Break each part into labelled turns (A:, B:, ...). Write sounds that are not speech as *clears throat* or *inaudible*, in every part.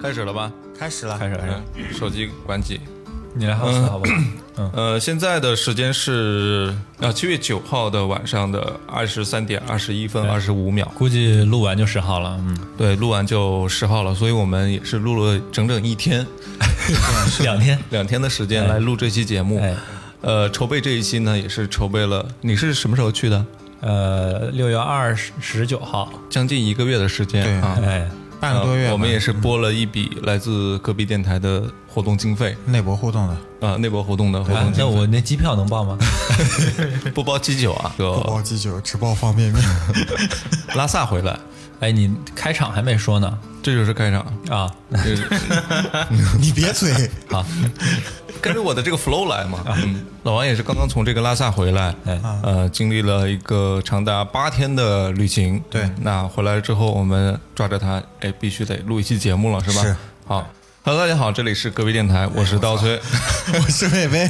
A: 开始了吧？
B: 开始了，
C: 开始开始，
A: 嗯，手机关机。
C: 你来 host 好不好？嗯，
A: 呃，现在的时间是啊，七月九号的晚上的二十三点二十一
B: 哎
A: 分二十五秒。
C: *clears throat* 估计录完就十号了，嗯，
A: 对，录完就十号了，所以我们也是录了整整一
B: *laughs*
A: 天、
C: 两天，
A: 两天的时间来录这期节目。
C: 哎
A: 呃，筹备这一期呢，也是筹备了。你是什么时候去的？
C: 呃，六月二十十九号，
A: 将近一个月的时
B: 对
A: 间啊。
C: 哎，
B: 半个多月吧，
A: 呃我们也是拨了一笔来自隔壁电台的活动经费
B: 内博互动的，
A: 啊、内部活动的活动
B: 哎
C: 啊
A: 经
C: 那我那机票能报吗？
A: 费，不包鸡酒啊，
B: 不
A: 就
B: 包鸡酒，只包方便面。
A: 拉萨回来，
C: 哎，你开场还没说呢
A: 这就是开场。
C: 啊？
A: 就是
B: 你别嘴，
C: 好，
A: *laughs* 跟着我的这个 flow 来嘛。嗯，老王也是刚刚从这个拉萨回来，
C: 哎
A: 呃，经历了一个长达八天的旅行。
B: 对
A: 那回来之后，我们抓着他，哎，必须得录一期节目了，是吧？
B: 是。
A: 好，Hello，大家好，这里是隔壁电台，我是刀崔。
B: 我是魏巍，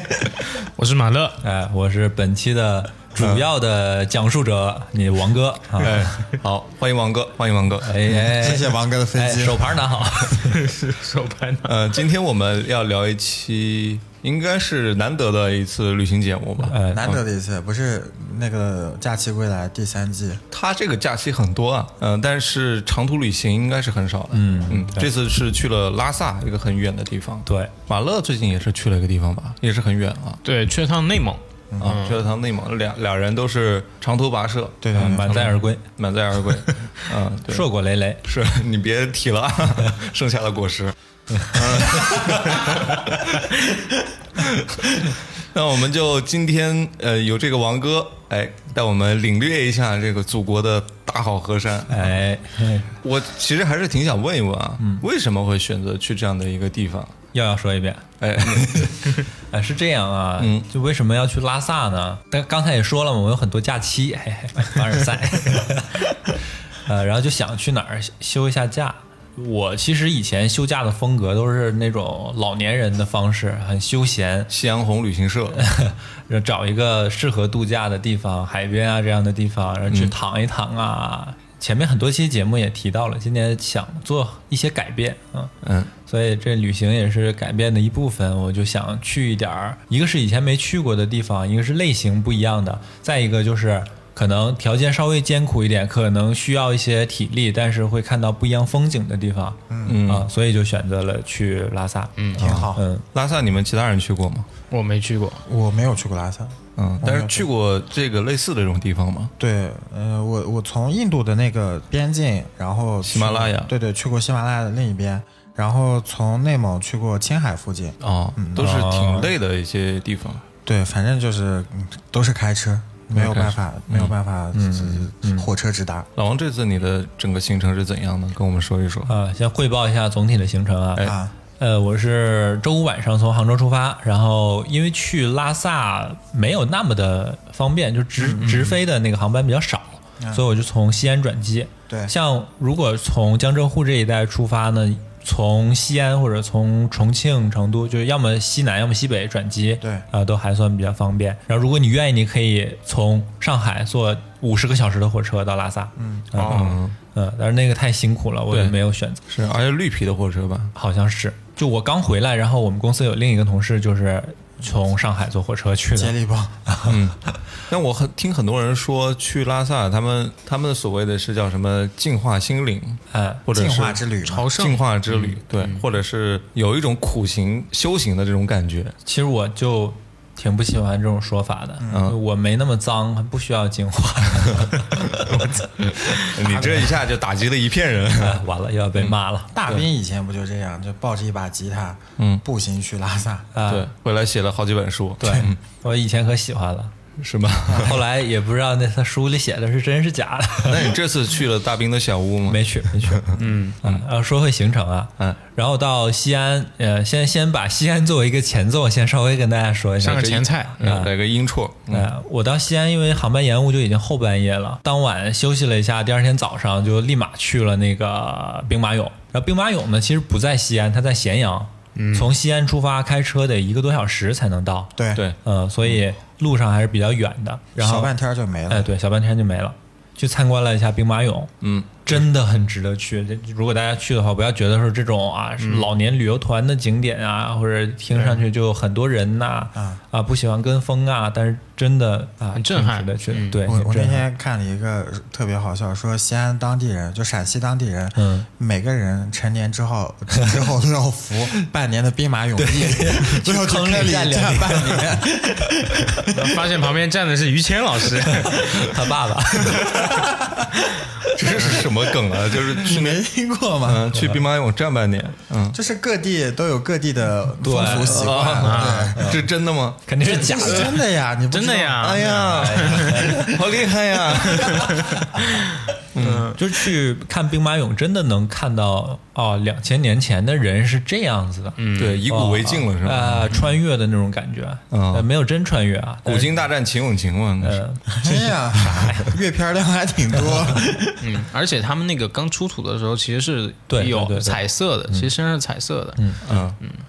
D: 我是马乐，
C: 哎，我是本期的主要的讲述者，你王哥啊，
A: 哎，好，欢迎王哥，欢迎王哥。
C: 哎哎，
B: 谢谢王哥的分
C: 哎，
B: 析。
C: 手牌拿好，
D: 手拍呢？
A: 呃，今天我们要聊一期，应该是难得的一次旅行节目吧。
C: 哎，
B: 难得的一次，不是那个《假期归来》第三季，
A: 他这个假期很多啊，嗯、但是长途旅行应该是很少的。嗯嗯，这次是去了拉萨一个很远的地方。
C: 对，
A: 马乐最近也是去了一个地方吧，也是很远啊
D: 对，去了趟内蒙，
C: 嗯
A: 啊，去了趟内蒙，俩俩人都是长途跋涉，
B: 对
C: 嗯
B: 对对，
C: 满载而归，
A: 满载而
C: *laughs*
A: 归。嗯，对，
C: 硕果累累，
A: 是你别提了，啊
C: *laughs*
A: 剩下的果实。嗯 *laughs* 那我们就今天呃，有这个王哥哎，带我们领略一下这个祖国的大好河山。
C: 哎，哎
A: 我其实还是挺想问一问啊，为什么会选择去这样的一个地方？
C: 又要说一遍，
A: 哎， *laughs*
C: 哎，是这样啊，
A: 嗯
C: 就为什么要去拉萨呢？但刚才也说了嘛，我有很多假期，嘿嘿，凡尔赛， *laughs* 呃，然后就想去哪儿休一下假。我其实以前休假的风格都是那种老年人的方式，很休闲， *laughs*
A: 夕阳红旅行社，
C: 然后找一个适合度假的地方，海边啊这样的地方，然后去躺一躺啊。前面很多期节目也提到了，今年想做一些改变啊，
A: 嗯，
C: 所以这旅行也是改变的一部分，我就想去一点儿，一个是以前没去过的地方，一个是类型不一样的，再一个就是可能条件稍微艰苦一点，可能需要一些体力，但是会看到不一样风景的地方，嗯啊，所以就选择了去拉萨，嗯
B: 挺好。
C: 嗯，
A: 拉萨你们其他人去过吗？
D: 我没去过，
B: 我没有去过拉萨，
A: 嗯，但是去过这个类似的这种地方吗？
B: 对，呃，我我从印度的那个边境，然后去
A: 喜马拉雅
B: 对对，去过喜马拉雅的另一边，然后从内蒙去过青海附近，
A: 哦，都是挺累的一些地方。
B: 对，反正就是嗯都是开车，没有办法，没有办法，嗯，火车直达。
A: 老王，这次你的整个行程是怎样的？跟我们说一说。
C: 啊，先汇报一下总体的行程啊。
B: 啊
C: 呃，我是周五晚上从杭州出发，然后因为去拉萨没有那么的方便，就直直飞的那个航班比较少，所以我就从西安转机。
B: 对
C: 像如果从江浙沪这一带出发呢，从西安或者从重庆、成都，就是要么西南，要么西北转机，
B: 对
C: 啊、都还算比较方便。然后如果你愿意，你可以从上海坐五十个小时的火车到拉萨，嗯，
D: 哦，
C: 嗯，但是那个太辛苦了，我就
A: 对
C: 没有选择。
A: 是，而且绿皮的火车吧？
C: 好像是，就我刚回来，然后我们公司有另一个同事就是从上海坐火车去
B: 接
C: 的。
B: 力棒，
A: 嗯，但我很听很多人说去拉萨，他们他们所谓的是叫什么净化心灵，
C: 哎
A: 或者
B: 净
A: 是嗯
B: 化之旅嘛，
D: 朝圣
A: 净化之旅，对，或者是有一种苦行修行的这种感觉。
C: 其实我就挺不喜欢这种说法的，
A: 嗯
C: 我没那么脏，不需要净化。
A: *laughs* *laughs* 你这一下就打击了一片人。 *laughs*
C: 哎完了又要被骂了。
B: 大兵以前不就这样，就抱着一把吉他，
A: 嗯
B: 步行去拉萨。 *laughs*
C: 啊
A: 对，回来写了好几本书，
C: 对，我以前可喜欢了，
A: 嗯是吗？
C: *laughs* 后来也不知道那他书里写的是真是假的，
A: *laughs* 那你这次去了大兵的小屋吗？
C: 没去没去。嗯啊，然后说回行程啊，
A: 嗯，
C: 然后到西安，呃，先先把西安作为一个前奏，先稍微跟大家说一下。
D: 上个前菜，
A: 嗯来个英绰，嗯
C: 哎，我到西安，因为航班延误，就已经后半夜了。当晚休息了一下，第二天早上就立马去了那个兵马俑。然后兵马俑呢，其实不在西安，它在咸阳。从西安出发，开车得一个多小时才能到。，
B: 对，
A: 对，
C: 嗯，所以路上还是比较远的。然后哎
B: 小半天就没了。
C: 哎，对，小半天就没了。去参观了一下兵马俑，
A: 嗯，
C: 真的很值得去。这如果大家去的话，不要觉得说这种啊
D: 嗯
C: 是老年旅游团的景点啊，或者听上去就有很多人呐啊不喜欢跟风啊，但是真的啊
D: 嗯很震撼
C: 挺值得去的。
D: 嗯
C: 对，
B: 我我那
C: 真的
B: 天看了一个特别好笑，说西安当地人，就陕西当地人，
C: 嗯，
B: 每个人成年之后之后都要 *laughs* 服半年的兵马俑役， *laughs* 都要去
C: 坑里
B: 坑里
C: 站两
B: 站
C: 年
B: 半年。*laughs*
D: *laughs* 发现旁边站的是于谦老 *laughs* 师，
C: *laughs* 他爸爸
A: *laughs* 这是什么梗啊？就是去没
B: 听过吗？
A: 嗯去兵马俑站半年，嗯，
B: 就是各地都有各地的风俗习
A: *laughs*
B: 惯，
A: 啊，这真的吗？
C: 肯定是
A: *laughs*
C: 假
B: 对，是
C: 的。
B: 真的呀，你不知道
D: 真的呀
A: 哎呀， *laughs* 好厉害呀！
C: 就是去看兵马俑，真的能看到哦，两千年前的人是这样子的，嗯，
A: 对，以古为镜了是吧？
C: 啊、穿越的那种感觉，
A: 嗯
C: 呃没有真穿越啊，
A: 古今大战秦俑情嘛，那是
C: 呃，
B: 真 *laughs* 呀，阅片量还挺多。
D: 嗯，而且他们那个刚出土的时候其实是
C: 对对对
D: 有
C: 对
D: 彩色的，其实身上是彩色的，嗯，
A: 嗯，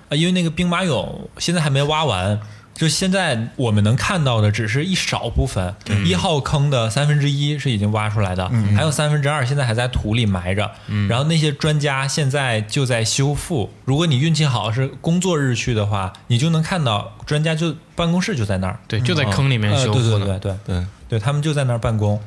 C: 啊，因为那个兵马俑现在还没挖完，就现在我们能看到的只是一少部分，
D: 嗯
C: 一号坑的三分之一是已经挖出来的，还有三分之二现在还在土里埋着。
D: 嗯
C: 然后那些专家现在就在修复，如果你运气好是工作日去的话，你就能看到专家就办公室就在那儿，
D: 对，就在坑里面
C: 呃
D: 修
C: 对
D: 复
C: 对
D: 的，
C: 对对
A: 对，
C: 对他们就在那儿办公。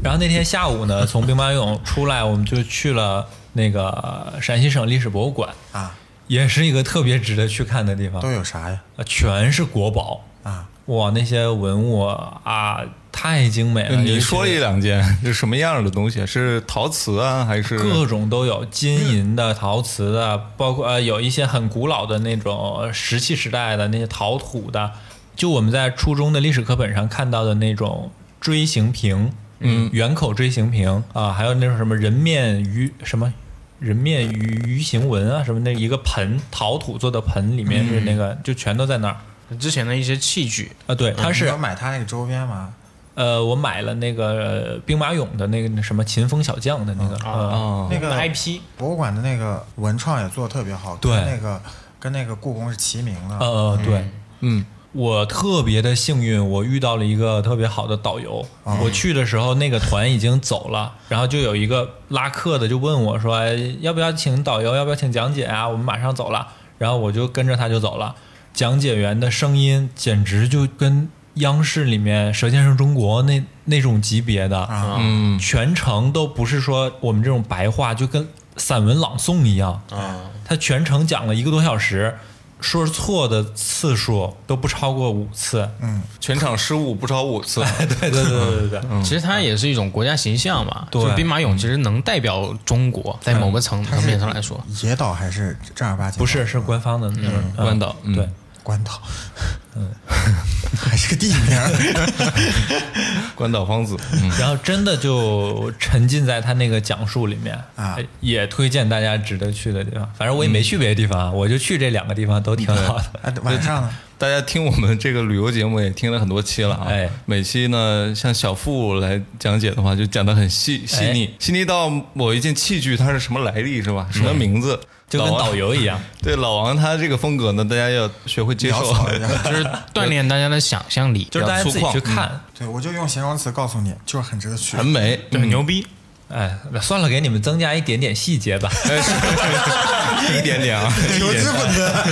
C: 然后那天下午呢，从兵马俑出来，我们就去了那个陕西省历史博物馆，
B: *laughs* *laughs* 啊，
C: 也是一个特别值得去看的地方
B: 都，有啥呀？
C: 呃全是国宝。
B: 啊，
C: 哇，那些文物啊，太精美了！
A: 嗯你
C: 尤其
A: 说一两件，是什么样的东西？啊是陶瓷啊，还是
C: 各种都有，金银的、陶瓷的，包括呃有一些很古老的那种石器时代的那些陶土的，就我们在初中的历史课本上看到的那种锥形瓶，嗯，圆口锥形瓶啊、还有那种什么人面鱼什么。人面鱼鱼形纹啊，什么那一个盆陶土做的盆里面
A: 嗯
C: 是那个，就全都在那儿
D: 之前的一些器具，
C: 啊。
A: 嗯
C: 对，它
B: 你
C: 是
B: 有买他那个周边吗？
C: 呃，我买了那个呃兵马俑的那个那什么秦风小将的那个呃
A: 哦
D: 嗯
B: 那个
D: IP
B: 博物馆的那个文创也做的特别好，
C: 对
B: 跟那个跟那个故宫是齐名的。
C: 呃对，
A: 嗯，
C: 我特别的幸运，我遇到了一个特别好的导游。
A: 啊
C: 我去的时候，那个团已经走了，然后就有一个拉客的就问我说：“哎要不要请导游？要不要请讲解啊？我们马上走了。”然后我就跟着他就走了。讲解员的声音简直就跟央视里面《舌尖上中国那》那种级别的，
B: 啊
A: 嗯
C: 全程都不是说我们这种白话，就跟散文朗诵一样。
D: 啊，
C: 他全程讲了一个多小时，说错的次数都不超过五次。
B: 嗯，
A: 全场失误不超五次，
C: *laughs* 对对对对对对，
D: 其实它也是一种国家形象嘛，
C: 对
D: 就兵马俑其实能代表中国，在某个层层面上来说，
B: 野岛还是正儿八经？
C: 不是，是官方的那种
A: 关岛嗯
C: 对，
B: 关岛，嗯， *laughs* 还是个地
C: *laughs*
B: 名儿。
A: 关岛芳子，嗯，
C: 然后真的就沉浸在他那个讲述里面
B: 啊
C: 也推荐大家值得去的地方。反正我也没去别的地方，啊我就去这两个地方都挺好的。
B: 哎，晚上呢？
A: 大家听我们这个旅游节目也听了很多期了啊，
C: 哎
A: 每期呢，像小付来讲解的话，就讲得很细细腻，细腻到某一件器具它是什么来历是吧？什么名字？
C: 就跟
A: 老王
C: 导游一样，
A: 对老王他这个风格呢，大家要学会接
B: 潦
A: 受。 *laughs*
B: 草一点。
D: 就是锻炼大家的想象 *laughs* 力，
C: *laughs* 就是大家
A: 比较粗
C: 自己去
A: 犷
C: 看。
B: 对，我就用形容词告诉你，就是很值得去
A: 很。美，
D: 对，很牛逼，
C: 哎，那算了，给你们增加一点点细节吧。
A: 一点点啊，
B: 有资
C: *laughs*
B: 本的，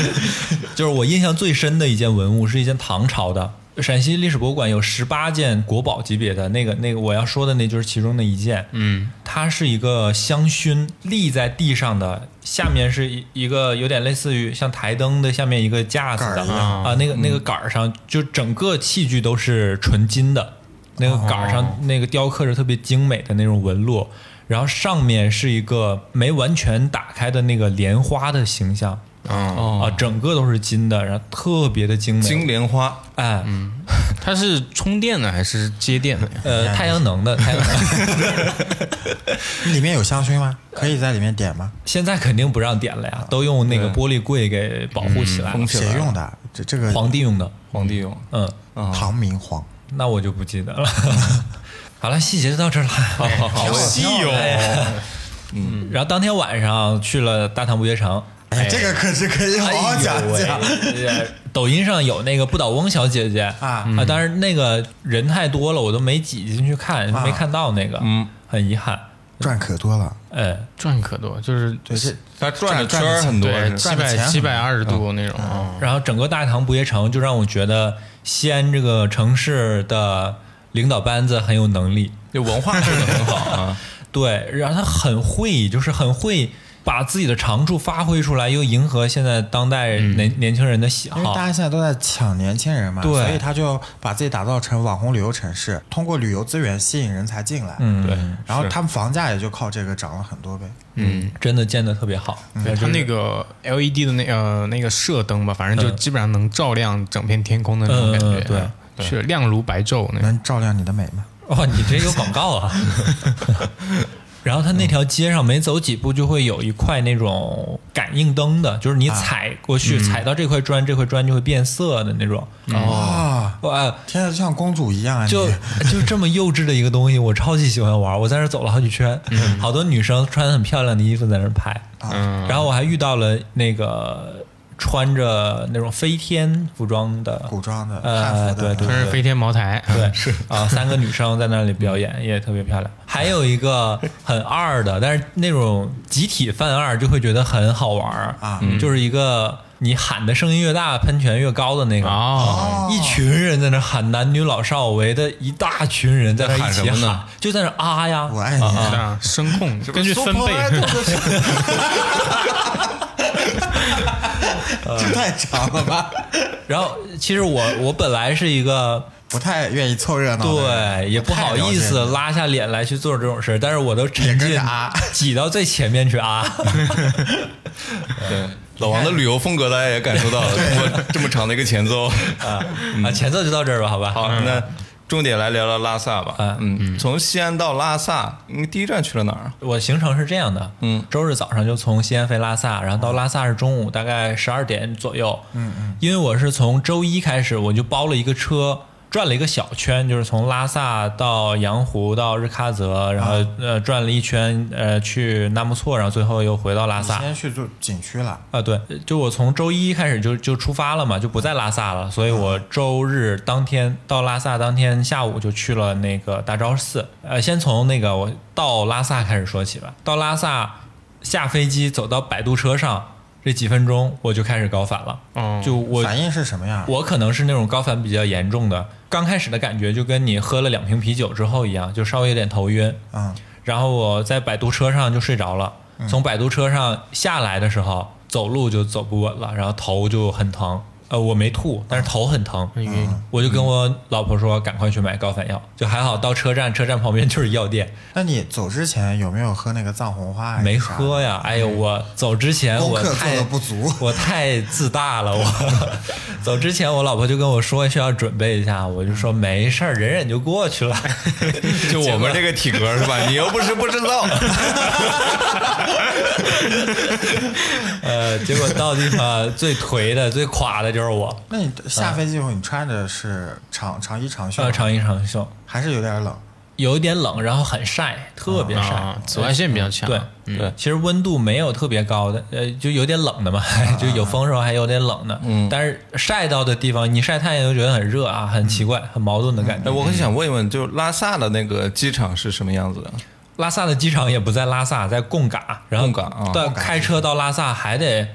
C: 就是我印象最深的一件文物是一件唐朝的。陕西历史博物馆有十八件国宝级别的那个那个我要说的那就是其中的一件，嗯，它是一个香薰立在地上的，下面是一一个有点类似于像台灯的下面一个架子
B: 杆
C: 的
B: 儿一
D: 样
C: 啊，那个那个杆儿上就整个器具都是纯金的，那个杆儿上那个雕刻着特别精美的那种纹路，然后上面是一个没完全打开的那个莲花的形象，
D: 嗯，
C: 啊，整个都是金的，然后特别的精美。
A: 金莲花，
C: 哎，
D: 它是充电的还是接电的呀？
C: 呃，太阳能的，太阳能
B: 里面有香薰吗？可以在里面点吗？
C: 现在肯定不让点了呀，都用那个玻璃柜给保护起来了
A: 封。起
B: 谁
A: 来。
B: 用的？啊这这个
C: 皇帝用的，
A: 皇帝用，
C: 嗯，
B: 唐明皇，
C: 那我就不记得了。好了，细节就到这儿了。好好好
B: 哎
C: 哎
D: 稀有，
B: 哦
C: 然后当天晚上去了大唐不夜城，
B: 哎，这个可是可以好好讲
C: 哎呦喂
B: 讲。
C: 呃抖音上有那个不倒翁小姐姐
B: 啊
C: 啊，但是那个人太多了，我都没挤进去看，没看到那个，嗯，很遗憾。
B: 赚可多了。
C: 哎，
D: 赚可多，就是
B: 对，这
A: 它转的
B: 转
A: 圈儿很多，
D: 对
A: 是
D: 七
B: 赚的
D: 百
B: 钱很
D: 七百二十度那种，哦
C: 然后整个大唐不夜城就让我觉得西安这个城市的领导班子很有能力，
A: 就文化 *laughs* 做的很好啊。
C: 对，然后他很会，就是很会把自己的长处发挥出来，又迎合现在当代年、年轻人的喜
B: 因为大
C: 好。
B: 家现在都在抢年轻人嘛，
C: 对
B: 所以他就把自己打造成网红旅游城市，通过旅游资源吸引人才进来。
C: 嗯，
A: 对，
B: 然后他们房价也就靠这个涨了很多呗。
D: 嗯，
C: 真的建的特别好。
D: 对，它那个 LED 的那呃那个射灯吧，反正就基本上能照亮整片天空的那种感
C: 嗯嗯嗯
D: 觉，是亮如白昼那种。
B: 能照亮你的美吗？
C: 哇，哦你这有广告 *laughs* 啊！然后它那条街上每走几步就会有一块那种感应灯的，就是你踩过去，踩到这块砖，这块砖就会变色的那种。
B: 哇，
C: 哇，
B: 天呐，就像公主一样啊！
C: 嗯哦 *laughs* 就
B: 你
C: 就这么幼稚的一个东西，我超级喜欢玩。我在那儿走了好几圈，
B: 嗯
C: 好多女生穿很漂亮的衣服在那儿拍，
D: 嗯，
C: 然后我还遇到了那个穿着那种飞天服装的
B: 古装的
C: 呃
B: 汉服的，
C: 对对
D: 穿着飞天茅台，
C: 对， *laughs* 是啊，三个女生在那里表演
B: 嗯
C: 也特别漂亮，还有一个很二的，但是那种集体犯二就会觉得很好玩儿
B: 啊
C: 就是一个你喊的声音越大，喷泉越高的那个。
D: *laughs* 哦，
C: 啊
B: 哦
C: 一群人在那喊，男女老少围的一大群人在那一起
A: 在喊什么呢
C: 喊，就在那啊呀，
B: 我爱你
D: 是啊，声控根据分贝， *laughs*
A: *laughs*
C: 呃
B: 这太长了
C: *laughs*
B: 吧？
C: 然后其实我我本来是一
B: *laughs*
C: 个
B: 不太愿意凑热闹的人，
C: 对，也不好意
B: 啊太了
C: 思
B: 解
C: 拉下脸来去做这种事儿，但是我都沉
B: 也跟
C: 浸
B: 着啊
C: 挤到最前面去啊。
B: *laughs*
A: 对，老王的旅游风格大家也感受到了，通过这么长的一个前 *laughs* 奏。
C: 啊啊，前奏就到这儿吧，好吧？
A: 好，那重点来聊聊拉萨吧
C: 啊。
A: 嗯，从西安到拉萨，你第一站去了哪儿啊？
C: 我行程是这样的，
A: 嗯，
C: 周日早上就从西安飞拉萨，然后到拉萨是中午大概十二点左右，嗯嗯，因为我是从周一开始我就包了一个车。转了一个小圈，就是从拉萨到羊湖到日喀则，然后、呃转了一圈，呃去纳木错，然后最后又回到拉萨。
B: 你先去住景区了，
C: 啊，对，就我从周一开始就就出发了嘛，就不在拉萨了，所以我周日当天到拉萨当天下午就去了那个大昭寺。呃，先从那个我到拉萨开始说起吧。到拉萨下飞机走到摆渡车上这几分钟，我就开始高反了。
D: 哦
C: 就我
B: 反应是什么样？
C: 我可能是那种高反比较严重的，刚开始的感觉就跟你喝了两瓶啤酒之后一样，就稍微有点头晕。
B: 嗯，
C: 然后我在摆渡车上就睡着了，从摆渡车上下来的时候，走路就走不稳了，然后头就很疼。呃，我没吐，但是头很疼，
B: 嗯
D: 晕
A: 嗯
C: 我就跟我老婆说，赶快去买高反药。就还好，到车站，车站旁边就是药店，
B: 那你走之前有没有喝那个藏红花？啊
C: 没喝，呀。哎呦，我走之前
B: 功
C: 我
B: 课做
C: 太
B: 的不足。
C: 我太自大了，
B: *laughs*
C: 我走之前我老婆就跟我说需要准备一下，我就说
B: 嗯
C: 没事儿，忍忍就过去了。
A: *laughs* 就我们这个体格 *laughs* 是吧？你又不是不知 *laughs* 道。
C: 呃，结果到地方最颓的、最垮的就是我，
B: 那你下飞机以后，你穿的是长长衣长袖吗
C: 呃，，长衣长袖，
B: 还是有点冷？
C: 有点冷，然后很晒，特别晒。
D: 啊，紫外线比较强，
C: 对，对，其实温度没有特别高的，呃，就有点冷的嘛， *laughs* 就有风的时候还有点冷的。嗯，但是晒到的地方，你晒太阳又觉得很热啊，很奇怪，很矛盾的感觉
A: 哎，。我很想问一问，就拉萨的那个机场是什么样子的？
C: 拉萨的机场也不在拉萨，在贡嘎，然后
A: 贡嘎啊
C: 到开车到拉萨还得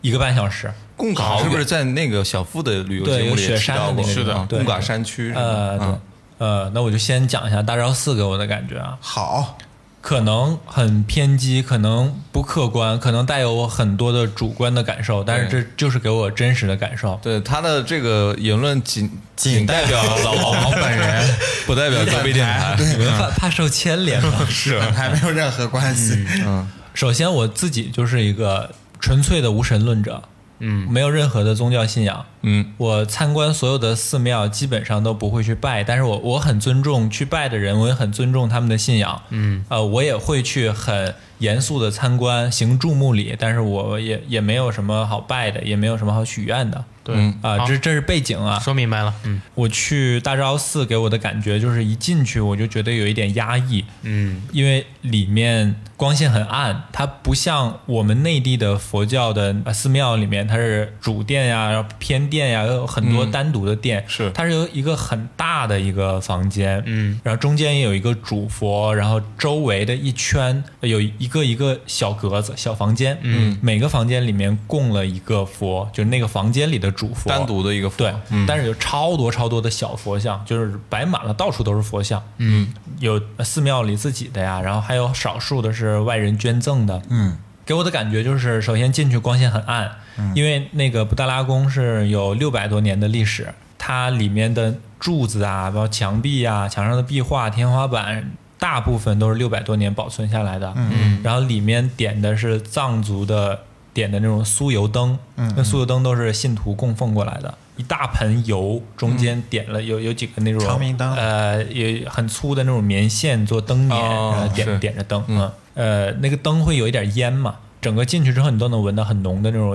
C: 一个半小时。
A: 贡嘎是不是在那个小富的旅游
C: 对
A: 节目
C: 有
A: 里也
C: 雪
A: 提到
C: 山的
A: 过？
C: 那个地方
A: 啊
C: 对
A: 贡嘎山区是吧。
C: 呃，对
A: 嗯，
C: 呃，那我就先讲一下大昭寺给我的感觉啊，
B: 好，
C: 可能很偏激，可能不客观，可能带有很多的主观的感受，但是
A: 对
C: 这就是给我真实的感受。
A: 对他的这个言论仅仅代表老王本人，不代表隔壁电台。
C: 你们怕怕受牵连吗？
A: *laughs* 是，
B: 还没有任何关系。
A: 嗯
C: 首先我自己就是一个纯粹的无神论者，嗯，没有任何的宗教信仰，
A: 嗯，
C: 我参观所有的寺庙，基本上都不会去拜，但是我我很尊重去拜的人，我也很尊重他们的信仰，嗯，呃，我也会去很严肃的参观，行注目礼，但是我也也没有什么好拜的，也没有什么好许愿的。
D: 对
A: 嗯
C: 啊，
D: 好
C: 这这是背景啊。
D: 说明白了，嗯
C: 我去大昭寺给我的感觉就是一进去我就觉得有一点压抑，
D: 嗯
C: 因为里面光线很暗，它不像我们内地的佛教的呃寺庙里面，它是主殿呀、然后偏殿呀，有很多单独的殿，
A: 嗯是
C: 它是有一个很大的一个房间，
D: 嗯，
C: 然后中间也有一个主佛，然后周围的一圈呃有一个一个小格子、小房间，嗯，每个房间里面供了一个佛，就是那个房间里的主佛，
A: 单独的一个佛
C: 对，
A: 嗯
C: 但是有超多超多的小佛像，就是摆满了，到处都是佛像。嗯，有寺庙里自己的呀，然后还有少数的是外人捐赠的。嗯，给我的感觉就是，首先进去光线很暗，因为那个布达拉宫是有六百多年的历史，它里面的柱子啊，包括墙壁啊、墙上的壁画、天花板。大部分都是六百多年保存下来的，嗯，然后里面点的是藏族的点的那种酥油灯，嗯，那酥油灯都是信徒供奉过来的，一大盆油，中间点了有有几个那种
B: 长明灯
C: 呃，也很粗的那种棉线做灯捻，
A: 哦
C: 然后
A: 是
C: 点点着灯，嗯，呃，那个灯会有一点烟嘛，整个进去之后你都能闻到很浓的那种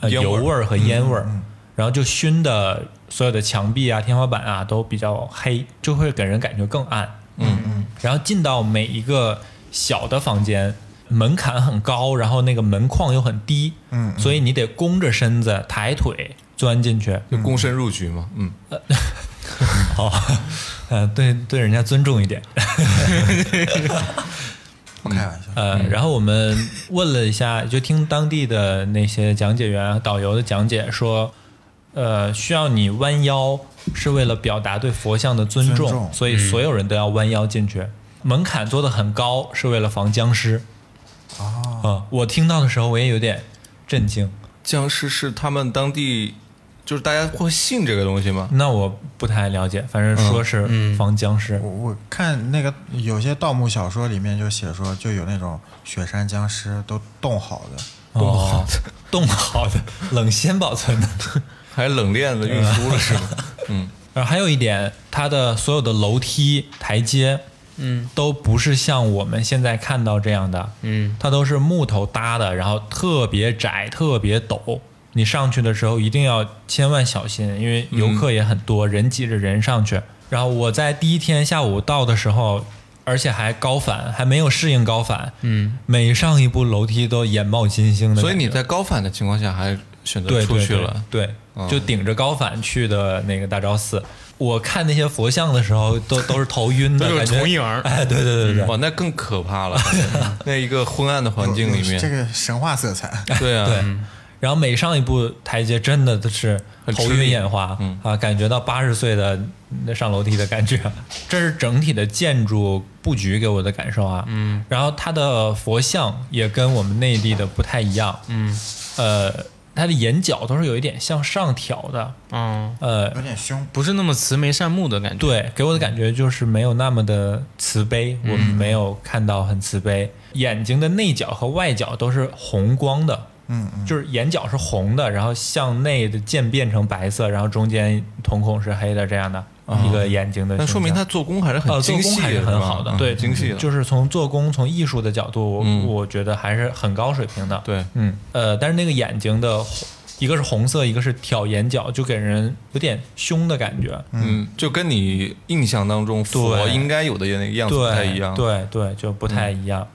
C: 呃
A: 烟味
C: 油
A: 儿
C: 味儿嗯和烟味儿，然后就熏的所有的墙壁啊、天花板啊都比较黑，就会给人感觉更暗，嗯嗯，然后进到每一个小的房间。门槛很高，然后那个门框又很低，嗯，所以你得弓着身子、抬腿钻进去，
A: 就躬身入局嘛，嗯，
C: 好， *laughs* 呃，对对人家尊重一点。
B: 不开玩笑。
C: 呃，然后我们问了一下，就听当地的那些讲解员、导游的讲解说，呃，需要你弯腰是为了表达对佛像的尊重，
B: 尊重嗯
C: 所以所有人都要弯腰进去。门槛做的很高，是为了防僵尸。
B: 哦
C: 啊、我听到的时候我也有点震惊。
A: 僵尸是他们当地，就是大家会信这个东西吗？
C: 那我不太了解，反正
B: 嗯
C: 说是防僵尸。
B: 我我看那个有些盗墓小说里面就写说，就有那种雪山僵尸都冻好的，
C: 哦，冻好的，冷鲜保存的。
A: 还冷链子运输了是
C: *laughs*
A: 吗？嗯，
C: 然后呃还有一点，它的所有的楼梯、台阶，嗯，都不是像我们现在看到这样的，
D: 嗯，
C: 它都是木头搭的，然后特别窄、特别陡。你上去的时候一定要千万小心，因为游客也很多，人挤着人上去。然后我在第一天下午到的时候，而且还高反，还没有适应高反，嗯，每上一步楼梯都眼冒金星的感觉。
A: 所以你在高反的情况下还选择
C: 对
A: 出
C: 对
A: 去了，
C: 对，对就顶着高反去的那个大昭寺。我看那些佛像的时候，都都是头晕的，
D: *laughs* 都有
C: 感觉
D: 重影儿
C: 哎，对对对对对，
A: 哇，那更可怕
C: *laughs*
A: 了，那一个昏暗的环境里
B: 这
A: 面，
B: 个神话色
A: *laughs*
B: 彩。
A: 对啊，
C: 对。然后每上一步台阶，真的都是
A: 很吃
C: 头
A: 力
C: 晕眼花，啊，感觉到八十岁的那上楼梯的感觉。这是整体的建筑布局给我的感受啊。嗯。然后它的佛像也跟我们内地的不太一样。嗯。呃，它的眼角都是有一点向上挑的。
D: 哦，
C: 呃，
B: 有点凶，
D: 不是那么慈眉善目的感觉，
C: 对，给我的感觉就是没有那么的慈悲，
A: 嗯
C: 我们没有看到很慈悲。眼睛的内角和外角都是红光的，
B: 嗯嗯，
C: 就是眼角是红的，然后向内的渐变成白色，然后中间瞳孔是黑的，这样的、一个眼睛的
A: 哦
C: 形
A: 那
C: 象。
A: 说明他做工还是很
C: 呃，做
A: 精
C: 工
A: 细
C: 还
A: 的，
C: 很
A: 是吧
C: 好的，
A: 嗯
C: 对，
A: 精细的，
C: 就是从做工、从艺术的角度，我
A: 嗯
C: 我觉得还是很高水平的。
A: 对
C: 嗯，呃，但是那个眼睛的红，一个是红色，一个是挑眼角，就给人有点凶的感觉。
A: 嗯，就跟你印象当中佛
C: 对
A: 应该有的那个样子
C: 对，
A: 不太一样，嗯
C: 对对，就不太一样。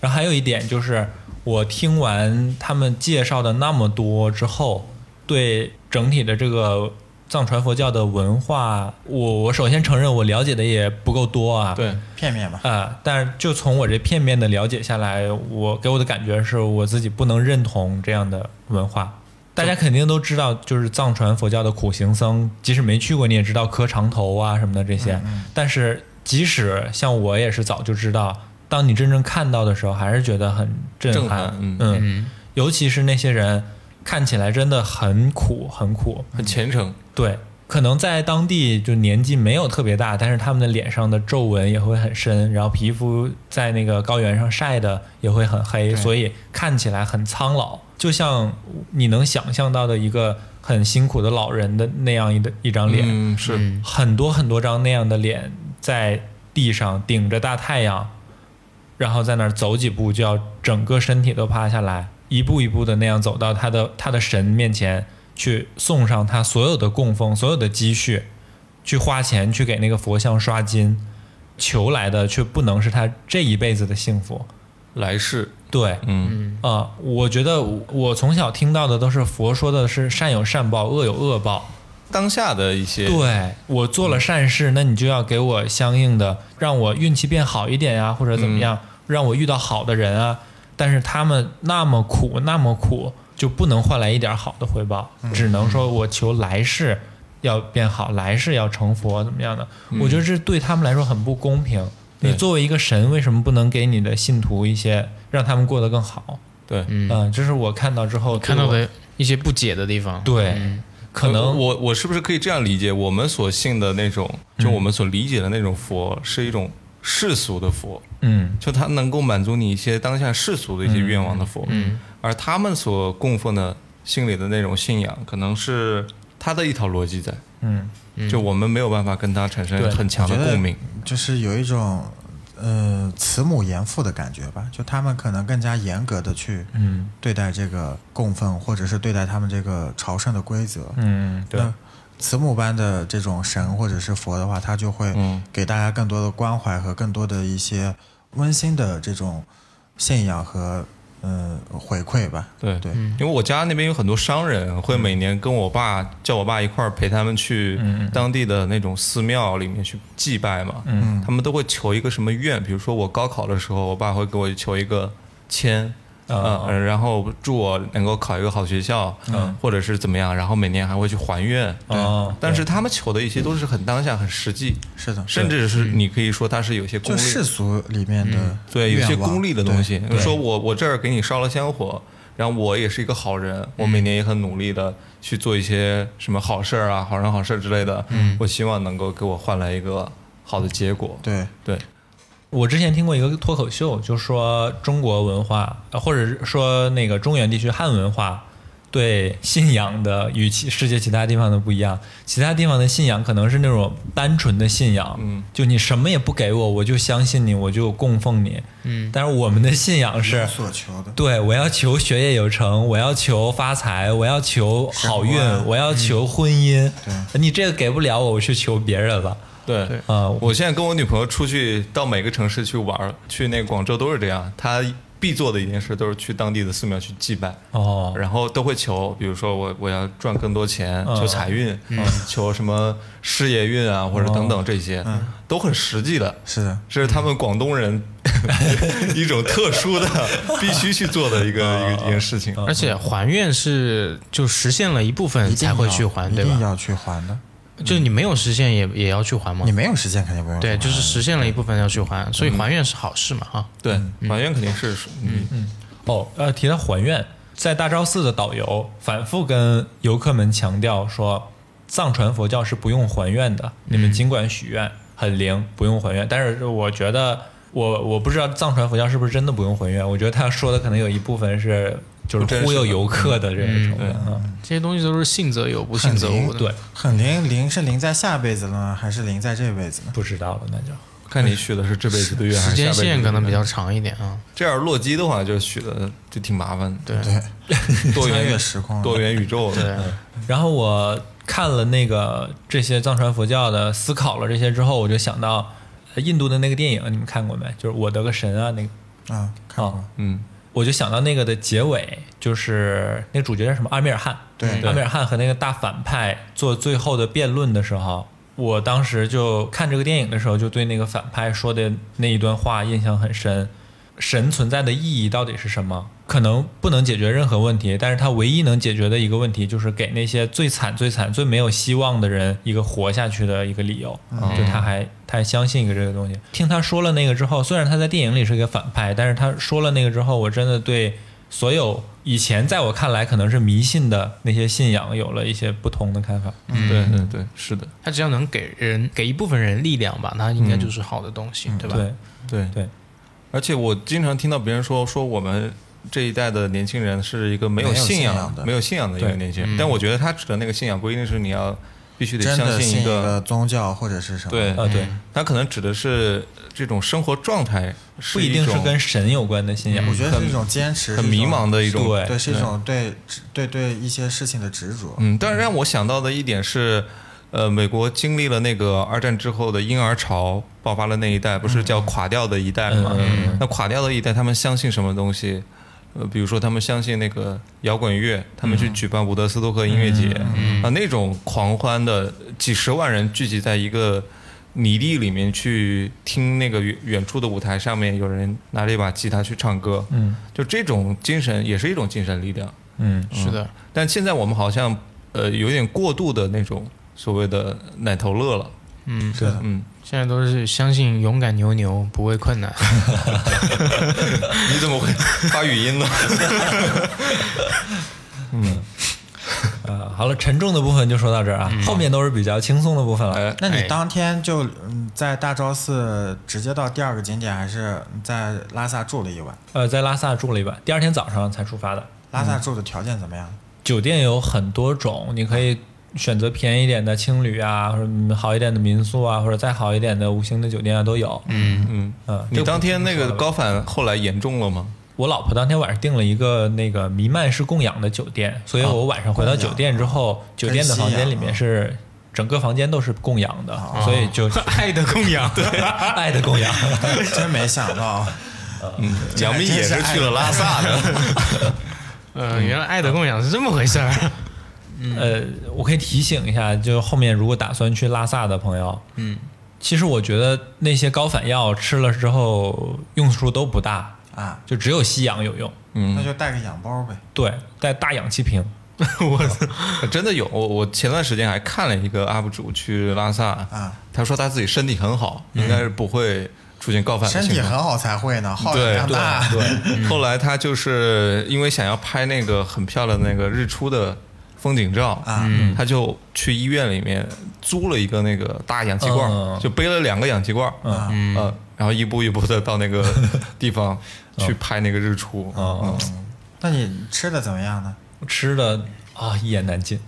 C: 然后还有一点就是，我听完他们介绍的那么多之后，对整体的这个藏传佛教的文化，我我首先承认我了解的也不够多啊。
A: 对，
B: 片面吧。
C: 啊，但是就从我这片面的了解下来，我给我的感觉是我自己不能认同这样的文化。大家肯定都知道，就是藏传佛教的苦行僧，即使没去过，你也知道磕长头啊什么的这些。
A: 嗯
C: 但是即使像我也是早就知道，当你真正看到的时候，还是觉得很震撼。
A: 震撼嗯
D: 嗯
C: 尤其是那些人看起来真的很苦，很苦。
A: 很虔诚，
C: 对，可能在当地就年纪没有特别大，但是他们的脸上的皱纹也会很深，然后皮肤在那个高原上晒的也会很黑，
B: 对
C: 所以看起来很苍老，就像你能想象到的一个很辛苦的老人的那样一的一张脸，
A: 嗯，是
D: 嗯
C: 很多很多张那样的脸在地上顶着大太阳。然后在那儿走几步就要整个身体都趴下来，一步一步的那样走到他的他的神面前去送上他所有的供奉、所有的积蓄，去花钱去给那个佛像刷金，求来的却不能是他这一辈子的幸福。
A: 来世，
C: 对，
A: 嗯，
C: 啊、我觉得我我从小听到的都是佛说的是善有善报，恶有恶报。
A: 当下的一些
C: 对我做了善事，那你就要给我相应的，让我运气变好一点呀、或者怎么样，让我遇到好的人啊。但是他们那么苦，那么苦，就不能换来一点好的回报，只能说我求来世要变好，来世要成佛，怎么样的？我觉得这对他们来说很不公平。你
A: 对
C: 作为一个神，为什么不能给你的信徒一些，让他们过得更好？
A: 对，
C: 嗯、
D: 嗯，
C: 这是我看到之后
D: 看到
C: 对我
D: 的一些不解的地方。
C: 对，可
A: 呃
C: 能
A: 我我是不是可以这样理解？我们所信的那种，就
C: 嗯
A: 我们所理解的那种佛，是一种世俗的佛，
C: 嗯
A: 就它能够满足你一些当下世俗的一些愿望的佛。嗯，而他们所供奉的心里的那种信仰，可能是他的一套逻辑在，
C: 嗯
A: 就我们没有办法跟他产生
C: 对
A: 很强的共鸣。
B: 就是有一种呃慈母严父的感觉吧，就他们可能更加严格的去
C: 嗯
B: 对待这个供奉，或者是对待他们这个朝圣的规则。
C: 嗯，对。
B: 那慈母般的这种神或者是佛的话，他就会
A: 嗯
B: 给大家更多的关怀和更多的一些温馨的这种信仰和嗯、呃回馈吧。
A: 对嗯
B: 对，
A: 因为我家那边有很多商人，会每年跟我爸叫我爸一块儿陪他们去当地的那种寺庙里面去祭拜嘛。
B: 嗯
A: 他们都会求一个什么愿，比如说我高考的时候，我爸会给我求一个签。
C: 啊
A: 嗯，然后祝我能够考一个好学校，嗯，或者是怎么样，然后每年还会去还愿，
C: 哦
A: 但是他们求的一些都是很当下、很实际，
B: 是的，
A: 甚至是你可以说它是有些功
B: 就
A: 利，
B: 世俗里面的
A: 嗯对，有些
B: 愿望
A: 功利的东西。
C: 对
A: 说我我这儿给你烧了香火，然后我也是一个好人，我每年也很努力的去做一些什么好事儿啊、好人好事之类的。嗯，我希望能够给我换来一个好的结果。
B: 对。
A: 对，
C: 我之前听过一个脱口秀，就说中国文化，呃或者是说那个中原地区汉文化对信仰的与其世界其他地方的不一样。其他地方的信仰可能是那种单纯的信仰，
A: 嗯，
C: 就你什么也不给我，我就相信你，我就供奉你，嗯。但是我们的信仰是
B: 有，所求的，
C: 对我要求学业有成，我要求发财，我要求好运
B: 生活啊，嗯
C: 我要求婚姻。你这个给不了我，我去求别人了。
A: 对
D: 对
C: 啊
A: 我现在跟我女朋友出去到每个城市去玩儿，去那个广州都是这样，她必做的一件事都是去当地的寺庙去祭拜。
C: 哦，
A: 然后都会求，比如说我我要赚更多钱，
C: 嗯
A: 求财运，求什么事业运啊，或者等等这些，
D: 嗯
A: 都很实际的，
B: 是的，
A: 这是他们广东
D: *laughs*
A: 人一种特殊的必须去做的一个
D: 嗯
A: 一个一件事情。
D: 而且还愿是就实现了一部分
B: 一定
D: 才会
B: 要
D: 去还，
B: 一
D: 对
B: 定
D: 吧？
B: 要去还的。
D: 就是你没有实现也也要去还吗
B: 你？没有时间肯定不用去还
D: 对，
B: 的。
D: 就是实现了一部分要去还，所以还愿是好事嘛，哈。
A: 对，法院肯定是，嗯，
C: 哦，呃，提到还愿，在大昭寺的导游反复跟游客们强调说，藏传佛教是不用还愿的，你们尽管许愿，很灵，不用还愿。但是我觉得，我我不知道藏传佛教是不是真的不用还愿，我觉得他说的可能有一部分是就是忽悠游客的这种的啊，
D: 这些东西都是信则有，不信则无的。
C: 对，
B: 很灵灵是灵在下辈子了呢，还是灵在这辈子呢？
C: 不知道了那就。
A: 看你许的是这辈子的愿还是下
D: 时间
A: 辈子的愿
D: 线可能比较长一点啊。
A: 这样落基的话，就许的就挺麻烦的，
D: 对，
A: *laughs*
B: 对，
A: 多
B: 穿
A: 元
B: 越时空了
A: 多元宇宙啊的，
D: 对，
C: 然后我看了那个这些藏传佛教的，思考了这些之后，我就想到呃印度的那个电影，你们看过没？就是《我的个神》啊，那个
B: 啊，看过
C: 哦，
A: 嗯，
C: 我就想到那个的结尾，就是那个主角叫什么阿米尔汗，
B: 对
C: 阿米尔汗和那个大反派做最后的辩论的时候，我当时就看这个电影的时候，就对那个反派说的那一段话印象很深。神存在的意义到底是什么？可能不能解决任何问题，但是它唯一能解决的一个问题，就是给那些最惨、最惨、最没有希望的人一个活下去的一个理由。就他还他还相信一个这个东西。听他说了那个之后，虽然他在电影里是一个反派，但是他说了那个之后，我真的对所有以前在我看来可能是迷信的那些信仰有了一些不同的看法。
A: 对对嗯对，是的，
D: 他只要能给人给一部分人力量吧，那应该就是好的东西，对吧？
C: 对
A: 对
C: 对，
A: 而且我经常听到别人说说我们这一代的年轻人是一个没有
B: 没有
A: 信仰、
B: 信仰的
A: 没有信仰的一个
C: 对
A: 年轻人，但我觉得他指的那个信仰不一定是你要必须得
B: 真
A: 相
B: 的
A: 信
B: 信
A: 一个
B: 个宗教或者是什么，
A: 对
C: 啊，对，
A: 他可能指的是这种生活状态，
C: 不一定是
A: 种
C: 跟神有关的信仰。
B: 嗯我觉得是一种坚持，
A: 很
B: 是一
A: 迷
B: 种
A: 茫的一种。
C: 对
B: 对，是一种对对对一些事情的执着。
A: 嗯，但是让我想到的一点是，呃，美国经历了那个二战之后的婴儿潮爆发了那一代，不是叫垮掉的一代嘛？那垮掉的一代，他们相信什么东西？呃，比如说他们相信那个摇滚乐，他们去举办伍德斯托克音乐节啊、那种狂欢的几十万人聚集在一个泥地里面去听那个远远处的舞台上面有人拿着一把吉他去唱歌，
C: 嗯
A: 就这种精神也是一种精神力量。
C: 嗯，
D: 是的，
A: 但现在我们好像呃有点过度的那种所谓的奶头乐了，
D: 嗯，
B: 是的，
A: 嗯，
D: 现在都是相信勇敢牛牛不畏困难，
A: 你怎么会发语音呢？
C: 呃，好了，沉重的部分就说到这儿啊，后面都是比较轻松的部分了。
A: 哎，
B: 那你
D: 哎
B: 当天就嗯在大昭寺直接到第二个景点，还是在拉萨住了一晚？
C: 呃，在拉萨住了一晚，第二天早上才出发的。
B: 拉萨住的条件怎么样？ *laughs*
C: 酒店有很多种，你可以选择便宜一点的青旅啊，或者嗯好一点的民宿啊，或者再好一点的五星的酒店啊都有。
D: 嗯，
A: 嗯
C: 嗯
A: 你当天那个高反后来严重了吗？
C: 我老婆当天晚上订了一个那个弥漫式供养的酒店，所以我晚上回到酒店之后，酒店的房间里面是整个房间都是供养的，所以就 *laughs*
D: 爱的供养，对，
C: 爱的供养。
B: 真没想到，
A: 嗯，杨幂也是去了拉萨的，
D: 呃，原来爱的供养是这么回事儿，
C: 呃，我可以提醒一下，就后面如果打算去拉萨的朋友，
D: 嗯，
C: 其实我觉得那些高反药吃了之后用处都不大，
B: 啊，
C: 就只有吸氧有用。
B: 那
A: 嗯，
B: 就带个氧包呗。
C: 对，带大氧气瓶。
D: 我操，
A: 真的有。我我前段时间还看了一个 UP 主去拉萨，
B: 啊，
A: 他说他自己身体很好，应该是不会出现高反的
B: 身
A: 情
B: 体
A: 况
B: 很。好才会呢，耗氧
A: 对
B: 量
A: *laughs*
B: 大。
A: 对，后来他就是因为想要拍那个很漂亮的那个日出的风景照嗯
B: 啊，
A: 他就去医院里面租了一个那个大氧气罐
C: 嗯
A: 儿，就背了两个氧气罐儿，嗯，然后一步一步的到那个地 *laughs* 方去拍那个日出，
C: 嗯，
B: 那你吃的怎么样呢？
C: 吃的啊一言难尽。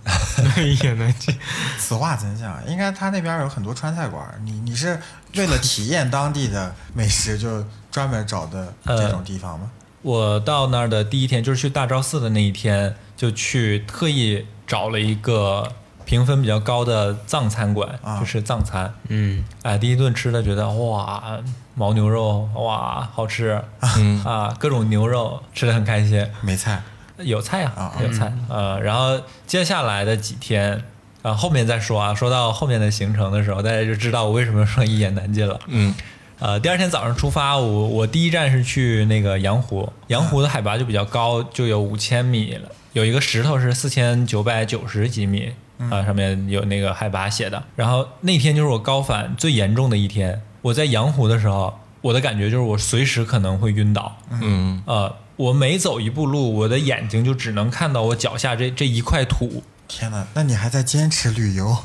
D: 一言难尽，
B: 此话怎讲？应该他那边有很多川菜馆儿，你你是为了体验当地的美食，就专门找的这种地方吗？
C: *laughs* 我到那儿的第一天，就是去大昭寺的那一天，就去特意找了一个评分比较高的藏餐馆，
B: 啊
C: 就是藏餐。
D: 嗯，
C: 哎，第一顿吃的觉得哇，牦牛肉哇好吃，
A: 嗯
C: *laughs* 啊，各种牛肉吃的很开心，
B: 梅菜
C: 有菜啊，
B: 啊
C: 有菜。呃，然后接下来的几天。啊，后面再说啊，说到后面的行程的时候，大家就知道我为什么说一言难尽了。
A: 嗯，
C: 呃，第二天早上出发，我我第一站是去那个羊湖，羊湖的海拔就比较高，就有五千米了，有一个石头是四千九百九十几米啊、上面有那个海拔写的。然后那天就是我高反最严重的一天，我在羊湖的时候，我的感觉就是我随时可能会晕倒，
A: 嗯
C: 呃，我每走一步路，我的眼睛就只能看到我脚下这这一块土，
B: 天哪，那你还在坚持旅游？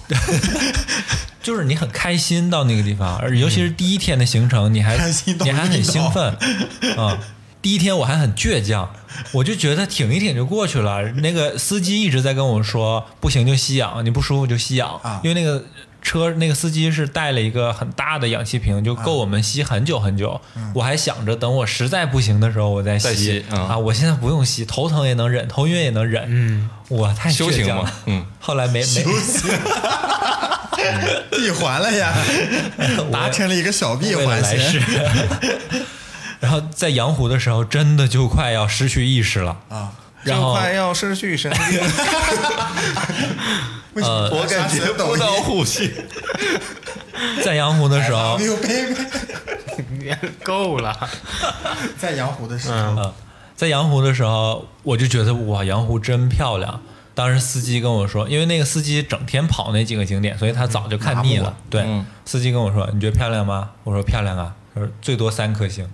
C: 就是你很开心到那个地方，而尤其是第一天的行程，你还
B: 嗯开心到
C: 你还很
B: 晕倒
C: 兴
B: *laughs*
C: 奋啊、第一天我还很倔强，我就觉得挺一挺就过去了。那个司机一直在跟我说，不行就吸氧，你不舒服就吸氧，
B: 啊
C: 因为那个车那个司机是带了一个很大的氧气瓶，就够我们吸很久很久。
B: 嗯
C: 我还想着等我实在不行的时候我再吸
A: 再吸啊
C: 啊，我现在不用吸，头疼也能忍，头晕也能忍。嗯，我太
A: 修
C: 倔
A: 行
C: 强
A: 嘛
C: 了。
A: 嗯，
C: 后来没没 *laughs*
B: 闭环了呀，达成了一个小闭
C: 为了
B: 环
C: 来世
B: 型。
C: *laughs* 然后在阳湖的时候，真的就快要失去意识了。
B: 啊。
C: 然后
A: 就快要失去神经，
B: 为什么
A: 呃我感觉不到呼 *laughs* 吸。
C: 在阳湖的时候
B: 没，有 baby，
D: *laughs* 够了，
B: *laughs* 在阳湖的时候，呃
C: 嗯，在阳湖的时候，我就觉得哇，阳湖真漂亮。当时司机跟我说，因为那个司机整天跑那几个景点，所以他早就看腻
B: 麻
C: 了
B: 木。
C: 对
A: 嗯，
C: 司机跟我说：“你觉得漂亮吗？”我说：“漂亮啊。”他说：“最多三颗星。”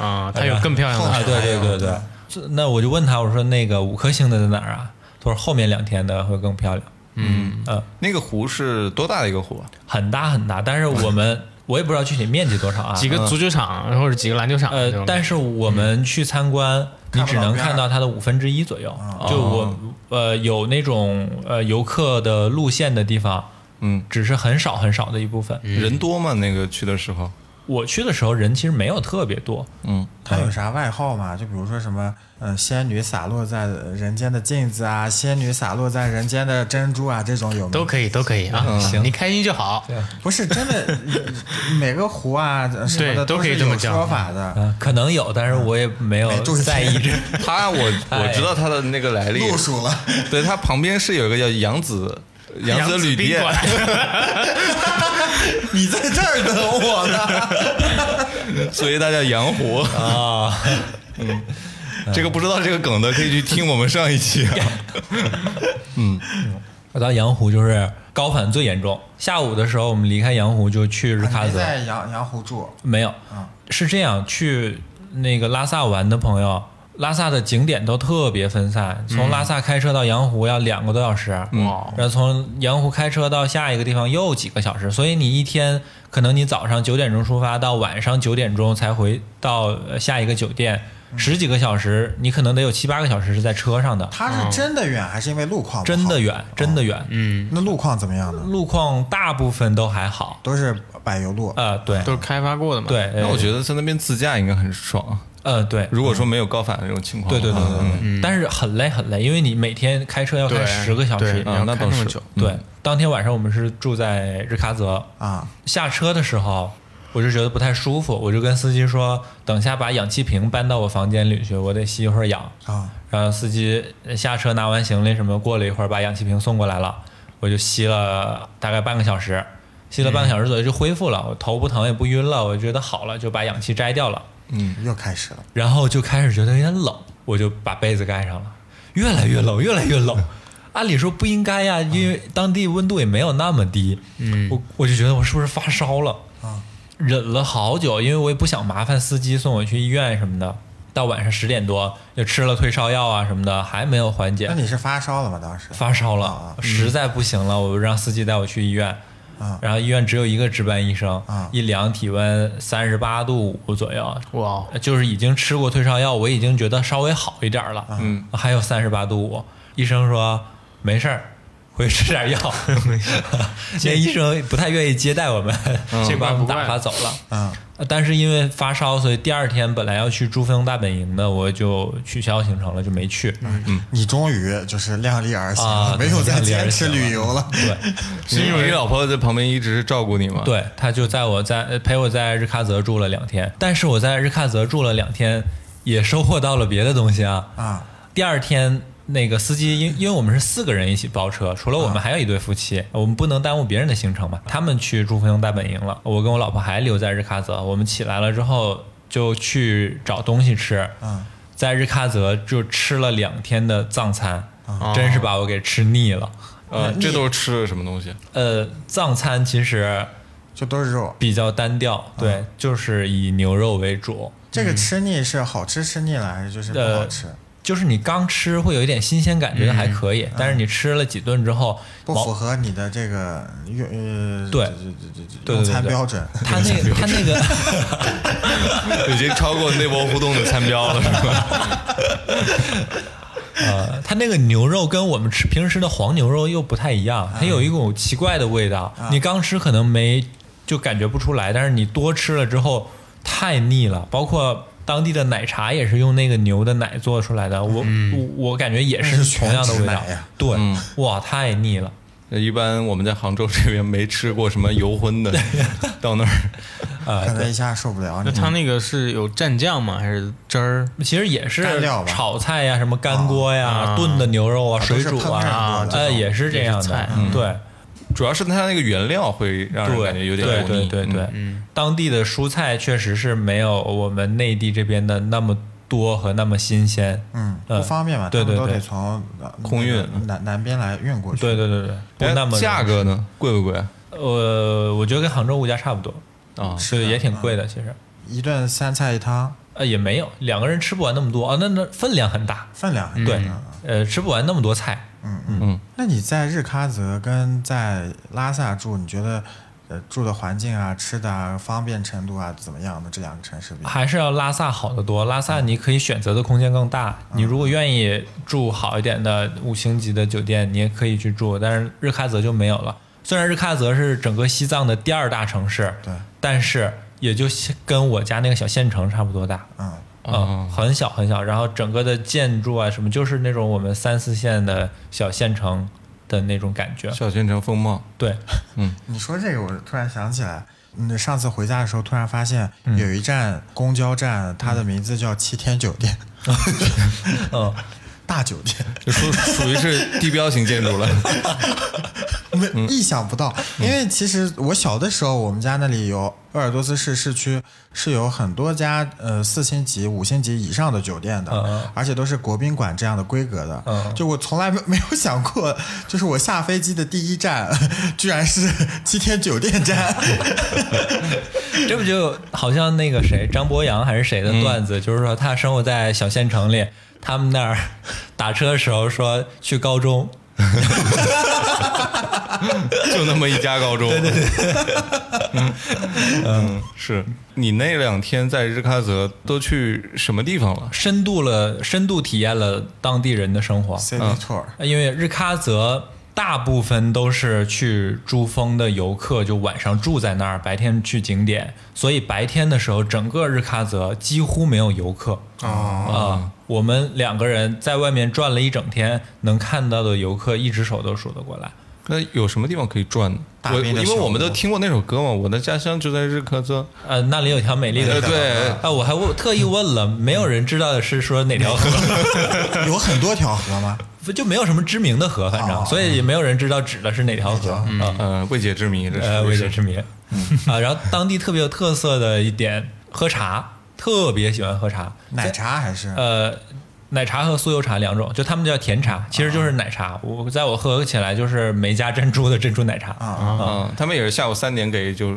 D: 啊，它有更漂亮
C: 啊，
D: 的，
C: 对对对对
B: 对。
C: 这那我就问他，我说：“那个五颗星的在哪儿啊？”他说：“后面两天的会更漂亮。”嗯嗯，
A: 那个湖是多大的一个湖啊？
C: 很大很大，但是我们我也不知道具体面积多少啊。
D: 几个足球场或者几个篮球场，
C: 呃，但
D: 是
C: 是我们去参观，你只能看
B: 看
C: 到它的五分之一左右。啊就我呃有那种呃游客的路线的地方，
A: 嗯，
C: 只是很少很少的一部分。
A: 人多吗？那个去的时候，
C: 我去的时候人其实没有特别多，
A: 嗯，
B: 他有啥外号吗？就比如说什么，呃，仙女洒落在人间的镜子啊，仙女洒落在人间的珍珠啊，这种有吗？
D: 都可以，都可以啊，
A: 行
D: 你开心就好。
B: 不是真的，每个湖啊什么的
D: 对都可以
B: 是
D: 这么
B: 有
D: 讲
B: 说法的。
C: 啊，可能有，但是我也没有
B: 没注意
C: 在意这。
A: 他 *laughs* 我
C: 哎
A: 我知道他的那个来历，
B: 路数了，
A: *laughs* 对他旁边是有一个叫扬子扬子旅
D: 宾
A: 店，
D: 馆，
A: *laughs*
B: 你在这儿等我呢。
A: *laughs* 所以它叫洋湖啊。嗯， *laughs* 这个不知道这个梗的可以去听我们上一期啊。 *laughs*
C: 我到阳湖就是高反最严重，下午的时候我们离开阳湖就去日喀
B: 你
C: 则，
B: 在阳阳湖住，
C: 没有，是这样，去那个拉萨玩的朋友，拉萨的景点都特别分散，从拉萨开车到羊湖要两个多小时，
A: 嗯
D: 哇
C: 然后从羊湖开车到下一个地方又几个小时，所以你一天可能你早上九点钟出发，到晚上九点钟才回到呃下一个酒店，十几个小时，你可能得有七八个小时是在车上的，
B: 它是真的远还是因为路况？
C: 真的。远，真的远，
D: 嗯，
B: 那路况怎么样呢？
C: 路况大部分都还好，
B: 都是柏油路。
C: 呃，对
D: 都是开发过的嘛。，
C: 对，
A: 那我
C: 得，
A: 觉得在那边自驾应该很爽，
C: 呃，对，
A: 如果说没有高反这种情况，
C: 对对对对对
A: 嗯，
C: 但是很累很累，因为你每天开车要开
D: 对
C: 十个小时
D: 对。
A: 啊，那倒
D: 要开那么
A: 是
D: 久，
A: 嗯
C: 对，当天晚上我们是住在日喀则，
B: 啊，
C: 下车的时候我就觉得不太舒服，我就跟司机说，等下把氧气瓶搬到我房间里去，我得吸一会儿氧。
B: 啊，
C: 然后司机下车拿完行李什么，过了一会儿把氧气瓶送过来了，我就吸了大概半个小时，吸了半个小时左右就恢复了，我头不疼也不晕了，我觉得好了，就把氧气摘掉了。
B: 又开始了。
C: 然后就开始觉得有点冷，我就把被子盖上了，越来越冷，越来越冷。
B: *laughs*
C: 按理说不应该
B: 啊
C: 呀，因为当地温度也没有那么低。嗯，我我就觉得我是不是发烧了？
B: 啊，
C: 忍了好久，因为我也不想麻烦司机送我去医院什么的。到晚上十点多又吃了退烧药啊什么的，还没有缓解
B: 那，你是发烧了吗？当时
C: 发烧了
B: 啊，
C: 实在不行了，我让司机带我去医院。
B: 啊
C: 然后医院只有一个值班医生，
B: 啊
C: 一量体温三十八度五左右，
D: 哇，哦
C: 就是已经吃过退烧药，我已经觉得稍微好一点了。嗯，还有三十八度五，医生说没事儿，回去吃点药。 *laughs* 没事，嗯那医生不太愿意接待我们，就把我们打发走了。
B: 嗯，
C: 呃但是因为发烧，所以第二天本来要去珠峰大本营的，我就取消行程了，就没去。
B: 你终于就是量力而行
C: 啊
B: 了，没有再
C: 量力而行
B: 坚持
C: 了
B: 旅游了。
C: 对
A: 是因为你老婆在旁边一直照顾你吗？，
C: 对，他就在我在呃陪我在日喀则住了两天，但是我在日喀则住了两天，也收获到了别的东西啊。
B: 啊，
C: 第二天，那个司机因因为我们是四个人一起包车，除了我们还有一对夫妻，我们不能耽误别人的行程嘛。他们去珠峰大本营了，我跟我老婆还留在日喀则。我们起来了之后就去找东西吃，
B: 嗯，
C: 在日喀则就吃了两天的藏餐，
B: 哦
C: 嗯真
D: 哦
C: 是把我给吃腻了。
A: 呃，这都是吃的什么东西？ *laughs*
C: 呃，藏餐其实
B: 就都是肉。
C: 比较单调，
B: 哦
C: 对，就是以牛肉为主。
B: 这个吃腻是好吃吃腻了，还是就是不
C: 呃
B: 好吃？
C: 就是你刚吃会有一点新鲜感，觉得还可以，但是你吃了几顿之后，
B: 嗯不
C: 毛
B: 符合你的这个用呃
C: 对
B: 这这这
C: 对对对哎
B: 这用餐标准。
C: 他那
B: *laughs*
C: 个他那个
A: 已经超过内部互动的餐标了，是吧？
C: 呃，他那个牛肉跟我们吃平时吃的黄牛肉又不太一样，它有一股奇怪的味道。
B: 啊
C: 你刚吃可能没就感觉不出来，但是你多吃了之后太腻了。包括当地的奶茶也是用那个牛的奶做出来的，我、我我感觉也
B: 嗯那
C: 是
B: 是
C: 同样的
B: 全
C: 味
B: 脂
C: 道
B: 奶啊嗯呀。
C: 对，哇，太腻了。
A: 一般我们在杭州这边没吃过什么油荤
C: *laughs*
A: 的，到那儿
C: 呃
B: 可能一下受不了。
D: 那
B: 你
D: 它那个是有蘸酱吗？还是汁儿？
C: 其实也是
B: 干料吧
C: 炒菜呀、什么干锅呀、炖的牛肉啊、
B: 都
C: 水
B: 是
C: 煮
B: 烹饪
C: 啊，
B: 过的
C: 呃，也是这样
D: 也是
C: 的
D: 菜。
B: 嗯
C: 对，
A: 主要是它那个原料会让人
C: 对，
A: 感觉有点油腻。
C: 对对对对，
A: 嗯
C: 当地的蔬菜确实是没有我们内地这边的那么多和那么新鲜。
B: 嗯，
C: 呃
B: 不方便嘛，
C: 对对
B: 他们都
C: 对
B: 得从呃
A: 空运
B: 南南边来运过去。
C: 对对对对，不那么
A: 哎价格呢？贵不贵？
C: 呃，我觉得跟杭州物价差不多，
A: 啊，
C: 是也挺贵的，其实。
B: 一顿三菜一汤，
C: 呃，也没有两个人吃不完那么多啊，那那分量很大，
B: 分量
A: 嗯
B: 很嗯
C: 对
B: 大，
C: 呃，吃不完那么多菜，
B: 那你在日喀则跟在拉萨住，你觉得呃住的环境啊、吃的啊、方便程度啊怎么样的这两个城市比？
C: 还是要拉萨好得多。拉萨你可以选择的空间更大，你如果愿意住好一点的五星级的酒店，你也可以去住，但是日喀则就没有了。虽然日喀则是整个西藏的第二大城市，
B: 对，
C: 但是也就跟我家那个小县城差不多大。
B: 嗯，
C: 嗯，很小很小，然后整个的建筑啊什么，就是那种我们三四线的小县城的那种感觉。
A: 小县城风貌，
C: 对，
B: 你说这个，我突然想起来，嗯，上次回家的时候突然发现有一站公交站，它的名字叫七天酒店，
C: 嗯，
B: *laughs* 大酒店，
A: 就属属于是地标型建筑了。 *laughs*
B: 没
C: 嗯
B: 意想不到，因为其实我小的时候，我们家那里有鄂尔多斯市市区是有很多家呃四星级、五星级以上的酒店的，
C: 嗯嗯
B: 而且都是国宾馆这样的规格的。
C: 嗯
B: 就我从来没没有想过，就是我下飞机的第一站，居然是七天酒店
C: *laughs*
B: 站。
C: 这不就好像那个谁张博洋还是谁的段子，就是说他生活在小县城里，他们那儿打车的时候说去高中，
A: 就那么一家
C: *laughs*
A: 高中。对对对，嗯，是你那两天在日喀则都去什么地方了？
C: 深度了深度体验了当地人的生活。呃
B: City tour，、
C: 因为日喀则大部分都是去珠峰的游客，就晚上住在那儿，白天去景点，所以白天的时候，整个日喀则几乎没有游客。啊、我们两个人在外面转了一整天，能看到的游客一只手都数得过来。
A: 那有什么地方可以转呢？
B: 大
A: 我
B: 冰的
A: 因为我们
B: 小
A: 都
B: 屋
A: 听过那首歌嘛，我的家乡就在日喀则。
C: 呃，那里有条美丽的
A: 呃，
C: 河。
A: 对，
C: 啊，我还问特意问了，没有人知道的是说哪条河， *laughs*
B: 有很多条河吗？
C: 就没有什么知名的河，反正，
B: 哦
C: 所以也没有人知道指的是哪条河。嗯，
A: 呃，未解之谜，这
C: 呃，
A: 是嗯
C: 未解之谜。啊，然后当地特别有特色的一点，喝茶，特别喜欢喝茶，
B: 奶茶还是？
C: 呃，奶茶和酥油茶两种，就他们叫甜茶，其实就是奶茶。我在我喝起来就是没加珍珠的珍珠奶茶。
B: 啊
A: 哦啊，他们也是下午三点给就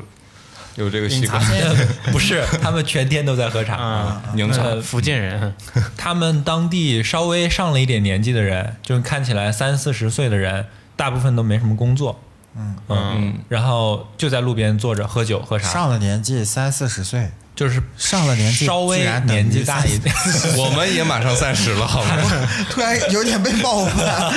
A: 有这个习惯，啊
C: 呃 *laughs* 不是，他们全天都在喝茶。
A: 宁茶
C: 呃
D: 福
C: *laughs*
D: 建人，
C: 他们当地稍微上了一点年纪的人，就是看起来三四十岁的人，大部分都没什么工作。嗯嗯，然后就在路边坐着喝酒喝茶，
B: 上了年纪三四十岁，
C: 就是
B: 上了年纪
C: 稍微
B: 居然等于
C: 年纪大一点。 *laughs*
A: 我们也马上三十了，好吗？
B: 突然有点被冒犯。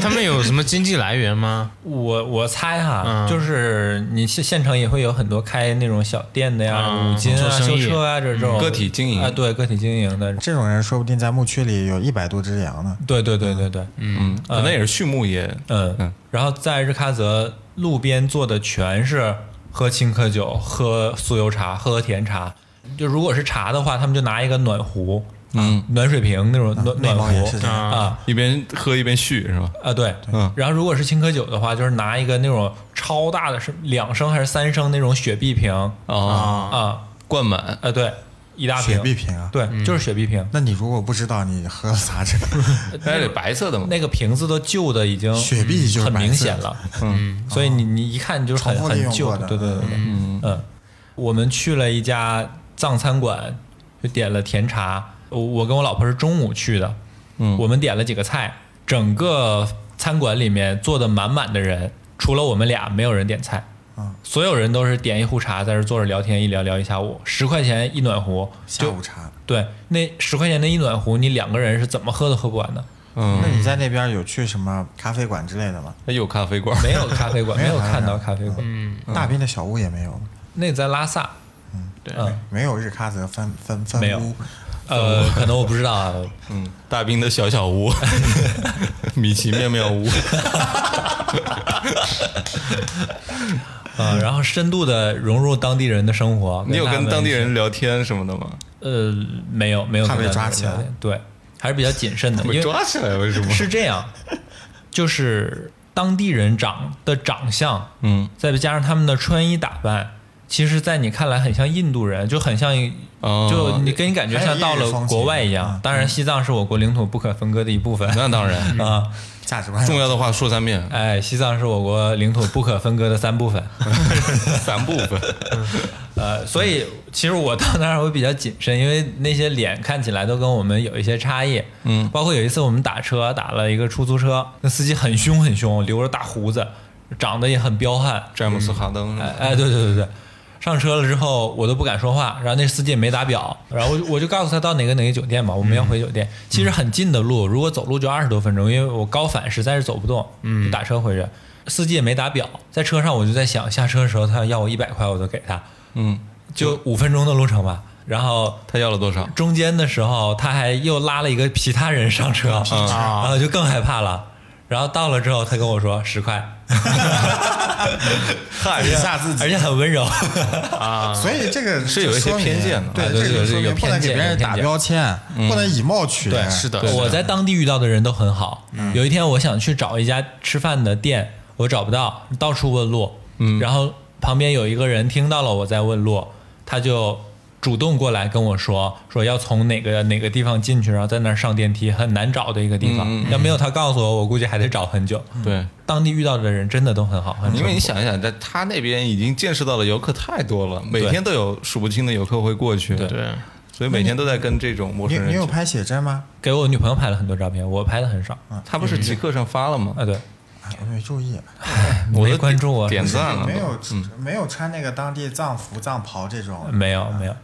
D: 他们有什么经济来源吗？
C: 我我猜哈，
D: 嗯
C: 就是你县县城也会有很多开那种小店的呀，
D: 嗯
C: 五金啊、
D: 做生
C: 修
D: 意
C: 车啊这种
A: 个体经营
C: 啊，对个体经营的，
B: 这种人说不定在牧区里有一百多只羊呢。
C: 对对对对对，
A: 嗯，可能也是畜牧业，
C: 嗯
A: 嗯
C: 然后在日喀则路边坐的全是喝青稞酒、喝酥油茶、喝甜茶，就如果是茶的话，他们就拿一个暖壶，啊
A: 嗯，
C: 暖水瓶那种暖、
B: 内
C: 暖
B: 蒙啊也是
C: 壶
B: 这样，
C: 啊。
A: 一边喝一边续是吧？
C: 啊，对，
A: 嗯
C: 然后如果是青稞酒的话，就是拿一个那种超大的，是两升还是三升那种雪碧瓶，
A: 啊，
C: 啊，
A: 灌满，
C: 呃，对，一大瓶
B: 雪碧瓶啊。
C: 对，就是雪碧瓶，
B: 那你如果不知道，你喝了啥这？
A: 那得白色的嘛，
C: 那个瓶子都旧的已经
B: 雪碧就是
C: 很
B: 白
C: 明
B: 色
C: 显
B: 的哦
C: 了，嗯，所以你你一看就是很
B: 重复利
C: 很
B: 用
C: 旧
B: 过的
C: 对对对对，嗯我们去了一家藏餐馆，就点了甜茶，我我跟我老婆是中午去的，
A: 嗯
C: 我们点了几个菜，整个餐馆里面坐的满满的人，除了我们俩，没有人点菜。
B: 嗯
C: 所有人都是点一壶茶，在这坐着聊天，一聊聊一下午，十块钱一暖壶，
B: 下午茶。
C: 对，那十块钱的一暖壶，你两个人是怎么喝都喝不完的。
A: 嗯
B: 那，你在那边有去什么咖啡馆之类的吗？
A: 还有咖啡馆，
C: 没有咖啡馆，
B: 没
C: 没
B: 有
C: 有看到咖
B: 咖
C: 啡馆。
B: 大兵的小屋也没有，
C: 那在拉萨，
D: 对
C: 嗯，
B: 没有日喀则分分
C: 没
B: 分
C: 有
B: 屋。
C: 呃，可能我不知道啊。
A: 嗯，大兵的小小
C: *laughs*
A: 屋，米奇妙妙屋，
C: 呃，然后深度的融入当地人的生活。
A: 你有
C: 他
A: 跟
C: 们
A: 当地人聊天什么的吗？
C: 呃没有没有
B: 怕
C: 跟当地
B: 被抓
C: 人
B: 起
C: 聊
B: 来
C: 天对，还是比较谨慎的，因
A: 被
C: 为
A: 抓起来了是
C: *laughs*
A: 吗？
C: 是这样，就是当地人长的长相，
A: 嗯，
C: 再加上他们的穿衣打扮，其实，在你看来很像印度人，就很像，
A: 哦
C: 就你给你感觉像到了国外一
B: 还有印度
C: 样
B: 风。情
C: 当然，西藏是我国领土不可分割的一部分
A: 那当然，
C: *laughs* 啊。
B: 价值观
A: 重要的话说三遍，
C: 哎，西藏是我国领土不可分割的三部分。
A: 三部分。
C: 呃，所以其实我到那儿会比较谨慎，因为那些脸看起来都跟我们有一些差异。
A: 嗯
C: 包括有一次我们打车打了一个出租车，那司机很凶很凶，留着大胡子，长得也很彪悍，
A: 詹姆斯哈登，
C: 哎哎，对对对对，上车了之后我都不敢说话，然后那司机也没打表，然后我就我就告诉他到哪个哪个酒店嘛，我们要回酒店，其实很近的路，如果走路就二十多分钟，因为我高反实在是走不动，嗯，打车回去，司机也没打表，在车上我就在想，下车的时候他要我一百块，我都给他，
A: 嗯，
C: 就五分钟的路程吧，然后
A: 他要了多少？
C: 中间的时候，他还又拉了一个其他人上车，
D: 啊
C: 然后就更害怕了。然后到了之后，他跟我说十块，
B: *laughs* 害一下自己
C: 而且很温柔。
D: 啊，
B: 所
C: 呃
B: 以这个
A: 是有一些
B: 说明
A: 偏见的
B: 对
C: 啊，
B: 这
C: 对
B: 个
C: 对
B: 就说
C: 有
B: 明不能
C: 偏
B: 给
C: 见嗯
B: 别
C: 有
B: 人
C: 偏
B: 打
C: 见
B: 标签，不能以貌取人。
D: 是的，嗯
C: 我在当地遇到的人都很好，有一天我想去找一家吃饭的店，我找不到，到处问路，
D: 嗯
C: 然后旁边有一个人听到了我在问路，他就主动过来跟我说，说要从哪个哪个地方进去，然后在那儿上电梯，很难找的一个地方，
D: 嗯
C: 要没有他告诉我，我估计还得找很久。
A: 对，
C: 当地遇到的人真的都很好，很淳朴
A: 啊因为你想一想，在他那边已经见识到的游客太多了，每天都有数不清的游客会过去，
C: 对
D: 对，
A: 所以每天都在跟这种陌
B: 你
A: 生人
B: 你有
A: 去。
B: 拍写真吗？
C: 给我女朋友拍了很多照片，我拍的很少。
A: 他不是极客上发了吗？
C: 啊，对，
B: 哎我没注意，
A: 我
C: 没啊
A: 都
C: 关注我，
A: 点赞了，
B: 没有
C: 嗯
B: 没有穿那个当地藏服藏袍这种，
C: 没有
A: 啊
C: 没有，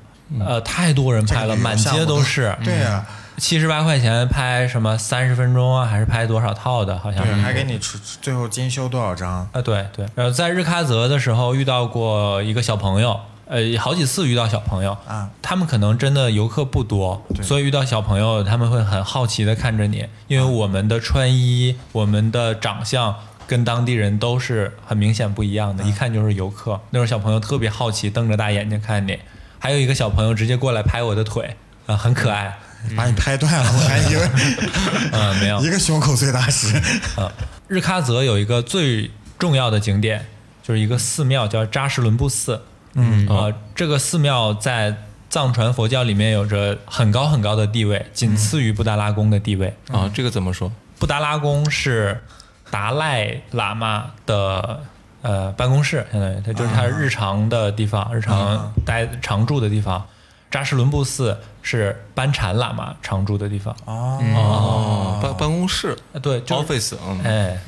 C: 呃，太多人拍了，
B: 这个
C: 满街都是。
A: 嗯
B: 对呀，
C: 七十八块钱拍什么三十分钟啊，还是拍多少套的？好像
B: 对，
C: 是
B: 还给你出最后精修多少张？
C: 啊，对对。然后在日喀则的时候遇到过一个小朋友，呃，好几次遇到小朋友
B: 啊，
C: 他们可能真的游客不多，所以遇到小朋友他们会很好奇的看着你，因为我们的穿衣、我们的长相。跟当地人都是很明显不一样的，一看就是游客。那种小朋友特别好奇，瞪着大眼睛看你。还有一个小朋友直接过来拍我的腿，啊、很可爱。
B: 把你拍断了，我还
C: *laughs*
B: 以为
C: 嗯、没有，
B: 一个胸口碎大
C: *laughs*
B: 石。
C: 啊，日喀则有一个最重要的景点，就是一个寺庙叫扎什伦布寺。嗯啊、这个寺庙在藏传佛教里面有着很高很高的地位，仅次于布达拉宫的地位。
A: 啊，这个怎么说？
C: 布达拉宫是达赖喇嘛的呃办公室，相当于他就是他日常的地方，日常待常住的地方。扎什伦布寺是班禅喇嘛常住的地方。
B: 哦，
A: 哦，办办公室
C: 啊，对，就是
A: office，嗯，
C: 哎，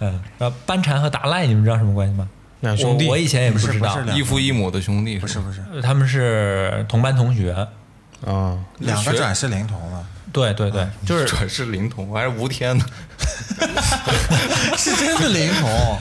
C: 嗯，然后班禅和达赖，你们知道什么关系吗？
D: 两兄弟
C: 我我以前也不知
B: 不是
C: 道
B: 不，是
A: 异父异母的兄弟
B: 不是不是，
C: 呃他们是同班同学。哦
D: 啊，
B: 两个转世灵童了，
C: 对对对，
A: *laughs*
C: 就是
A: 转世灵童还是吴天 *laughs* 呢？
B: 是真的灵
C: *laughs*
B: 童。
C: 哦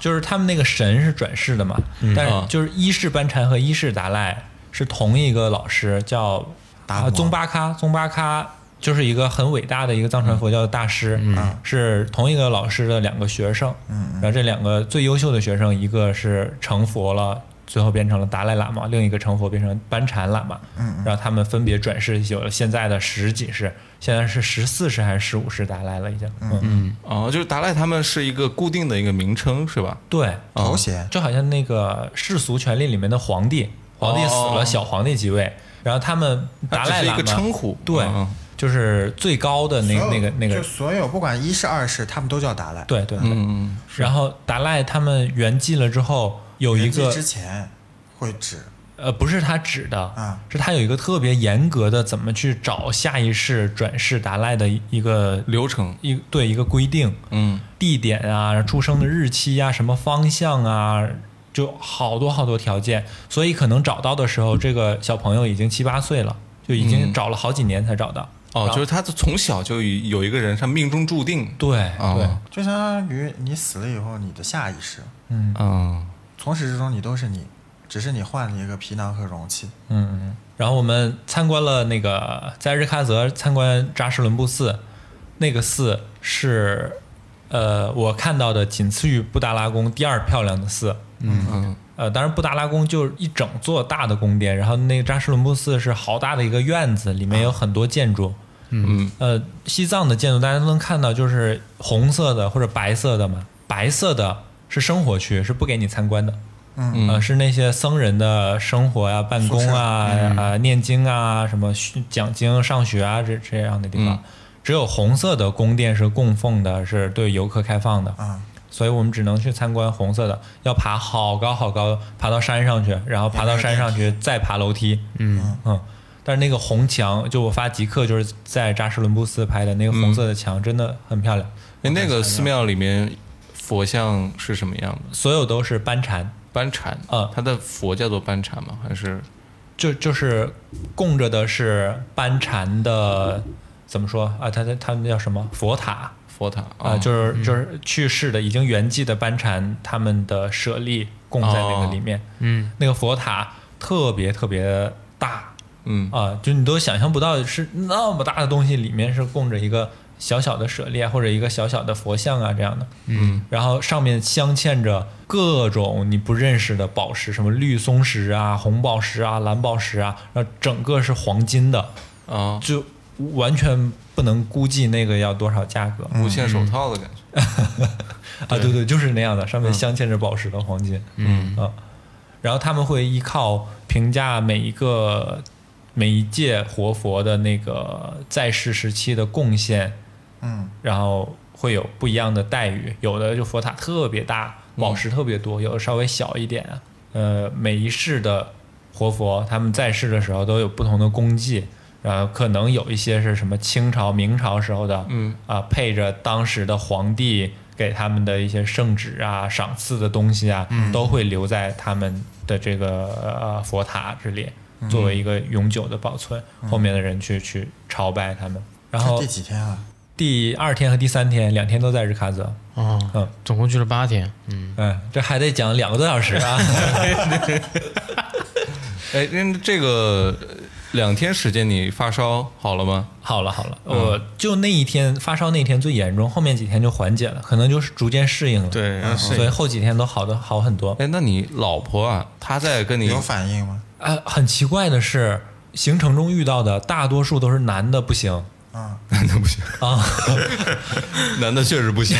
C: 就是他们那个神是转世的嘛，但
A: 啊
C: 是就是一世班禅和一世达赖是同一个老师，叫
B: 达摩
C: 呃宗巴喀，宗巴喀。就是一个很伟大的一个藏传佛教的大师，啊是同一个老师的两个学生，然后这两个最优秀的学生，一个是成佛了，最后变成了达赖喇嘛，另一个成佛变成班禅喇嘛，然后他们分别转世有了现在的十几世，现在是十四世还是十五世达赖了已经，嗯，
A: 哦，就是达赖他们是一个固定的一个名称是吧？
C: 对，
B: 头衔
C: 就好像那个世俗权力里面的皇帝，皇帝死了，
A: 哦
C: 小皇帝继位，然后他们达
A: 它只
C: 赖
A: 是
C: 喇
A: 一
C: 嘛
A: 个称呼
C: 对
A: 嗯嗯，
C: 就是最高的那
B: 所有
C: 那个那个
B: 就，所有不管一世二世，他们都叫达赖。，
C: 对对。对
A: 嗯，
C: 然后达赖他们圆寂了之后，有一个
B: 之前会指
C: 呃，不是他指的，
B: 啊
C: 是他有一个特别严格的怎么去找下一世转世达赖的一个
A: 流程，
C: 一对一个规定，
A: 嗯，
C: 地点啊、出生的日期啊、什么方向啊，就好多好多条件，所以可能找到的时候，这个小朋友已经七八岁了，就已经找了好几年才找到。
A: 哦，就是他从小就有一个人，他命中注定，
C: 对、
A: 哦
B: 就相当于你死了以后，你的下一世，
A: 嗯，
B: 从始至终你都是你，只是你换了一个皮囊和容器。
C: 对，嗯。嗯然后我们参观了那个在日喀则参观扎什伦布寺，那个寺是呃我看到的仅次于布达拉宫第二漂亮的寺。
A: 嗯
C: 呃，当然布达拉宫就是一整座大的宫殿，然后那个扎什伦布寺是好大的一个院子，里面有很多建筑。
A: 嗯
C: 呃，西藏的建筑大家都能看到，就是红色的或者白色的嘛，白色的是生活区，是不给你参观的。
B: 嗯
C: 呃，是那些僧人的生活呀、办公啊、啊、念经啊、什么学讲经、上学啊这这样的地方。
A: 嗯
C: 只有红色的宫殿是供奉的，是对游客开放的。
B: 啊，
C: 所以我们只能去参观红色的，要爬好高好高，爬到山上去，然后爬到山上去再爬楼梯。嗯嗯，但是那个红墙，就我发极客就是在扎什伦布寺拍的那个红色的墙，真的很漂亮。
A: 哎，那个寺庙里面佛像是什么样的？
C: 所有都是班禅，
A: 班禅
C: 嗯
A: 它的佛叫做班禅吗？还是
C: 就就是供着的是班禅的，怎么说啊？他他他们叫什么佛塔
A: 佛塔
C: 啊、
A: 哦
C: 就是就是去世的已经圆寂的班禅，他们的舍利供在那个里面。
D: 嗯，
C: 那个佛塔特别特别大
A: 嗯
C: 啊、就你都想象不到是那么大的东西，里面是供着一个小小的舍利啊，或者一个小小的佛像啊这样的。
A: 嗯
C: 然后上面镶嵌着各种你不认识的宝石，什么绿松石啊、红宝石啊、蓝宝石啊，然后整个是黄金的，
A: 啊，
C: 就完全不能估计那个要多少价格、
A: 无限手套的感
C: 嗯
A: 觉。
C: 啊！对对，就是那样的，上面镶嵌着宝石和黄金，
A: 嗯
C: 啊，然后他们会依靠评价每一个每一届活佛的那个在世时期的贡献，
B: 嗯，
C: 然后会有不一样的待遇，有的就佛塔特别大，宝石特别多，有的稍微小一点。呃，每一世的活佛，他们在世的时候都有不同的功绩，然后可能有一些是什么清朝、明朝时候的，
A: 嗯
C: 啊、配着当时的皇帝给他们的一些圣旨啊、赏赐的东西啊，都会留在他们的这个呃佛塔之列，作为一个永久的保存，后面的人去去朝拜他们。然后
B: 这第几天啊了？
C: 第二天和第三天两天都在日喀则，
D: 哦，
C: 嗯
D: 总共去了八天，嗯，
C: 嗯，这还得讲两个多小
A: *laughs*
C: 时啊，
A: 哎，那这个呃两天时间你发烧好了吗？
C: 好了好了，
A: 嗯
C: 我就那一天发烧那一天最严重，后面几天就缓解了，可能就是逐渐适应了，，
D: 对，
B: 嗯
C: 所以后几天都好的好很多。
A: 哎，那你老婆啊，她在跟你
B: 有反应吗？
C: 呃，很奇怪的是，行程中遇到的大多数都是男的不行
B: 啊，
A: 男的不行，
C: 啊，
A: *laughs* 男的确实
C: *laughs*
A: 不行。